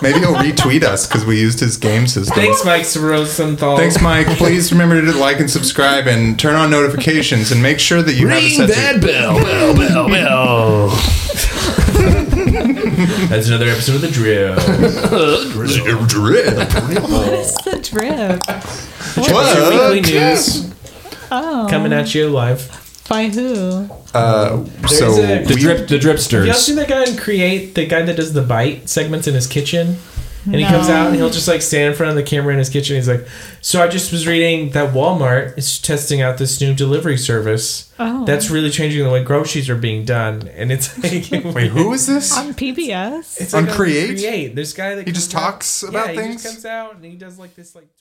Speaker 4: Maybe he'll retweet us because we used his game system.
Speaker 1: Thanks, Mike Rosenthal.
Speaker 4: Thanks, Mike. Please remember to like and subscribe and turn on notifications and make sure that you have it set to-
Speaker 3: bell, bell, bell, bell.
Speaker 1: That's another episode of the drill.
Speaker 5: What is the drip?
Speaker 1: Weekly
Speaker 4: What?
Speaker 1: news
Speaker 5: Oh,
Speaker 1: coming at you live.
Speaker 5: by who?
Speaker 4: Uh, so
Speaker 1: a-
Speaker 3: The
Speaker 4: we-
Speaker 3: drip, the
Speaker 1: Y'all
Speaker 3: dripsters.
Speaker 1: seen that guy in Create, the guy that does the bite segments in his kitchen? And he comes
Speaker 5: No.
Speaker 1: out and he'll just like stand in front of the camera in his kitchen. He's like, So I just was reading that Walmart is testing out this new delivery service
Speaker 5: Oh,
Speaker 1: that's really changing the way groceries are being done. And
Speaker 4: <laughs>
Speaker 1: it's like,
Speaker 4: Wait, who is this?
Speaker 5: on PBS.
Speaker 1: It's
Speaker 4: On
Speaker 1: on
Speaker 4: Create?
Speaker 1: Create. This guy that
Speaker 4: He just
Speaker 1: comes out-
Speaker 4: talks about
Speaker 1: yeah, He
Speaker 4: things.
Speaker 1: just comes out and he does like this like.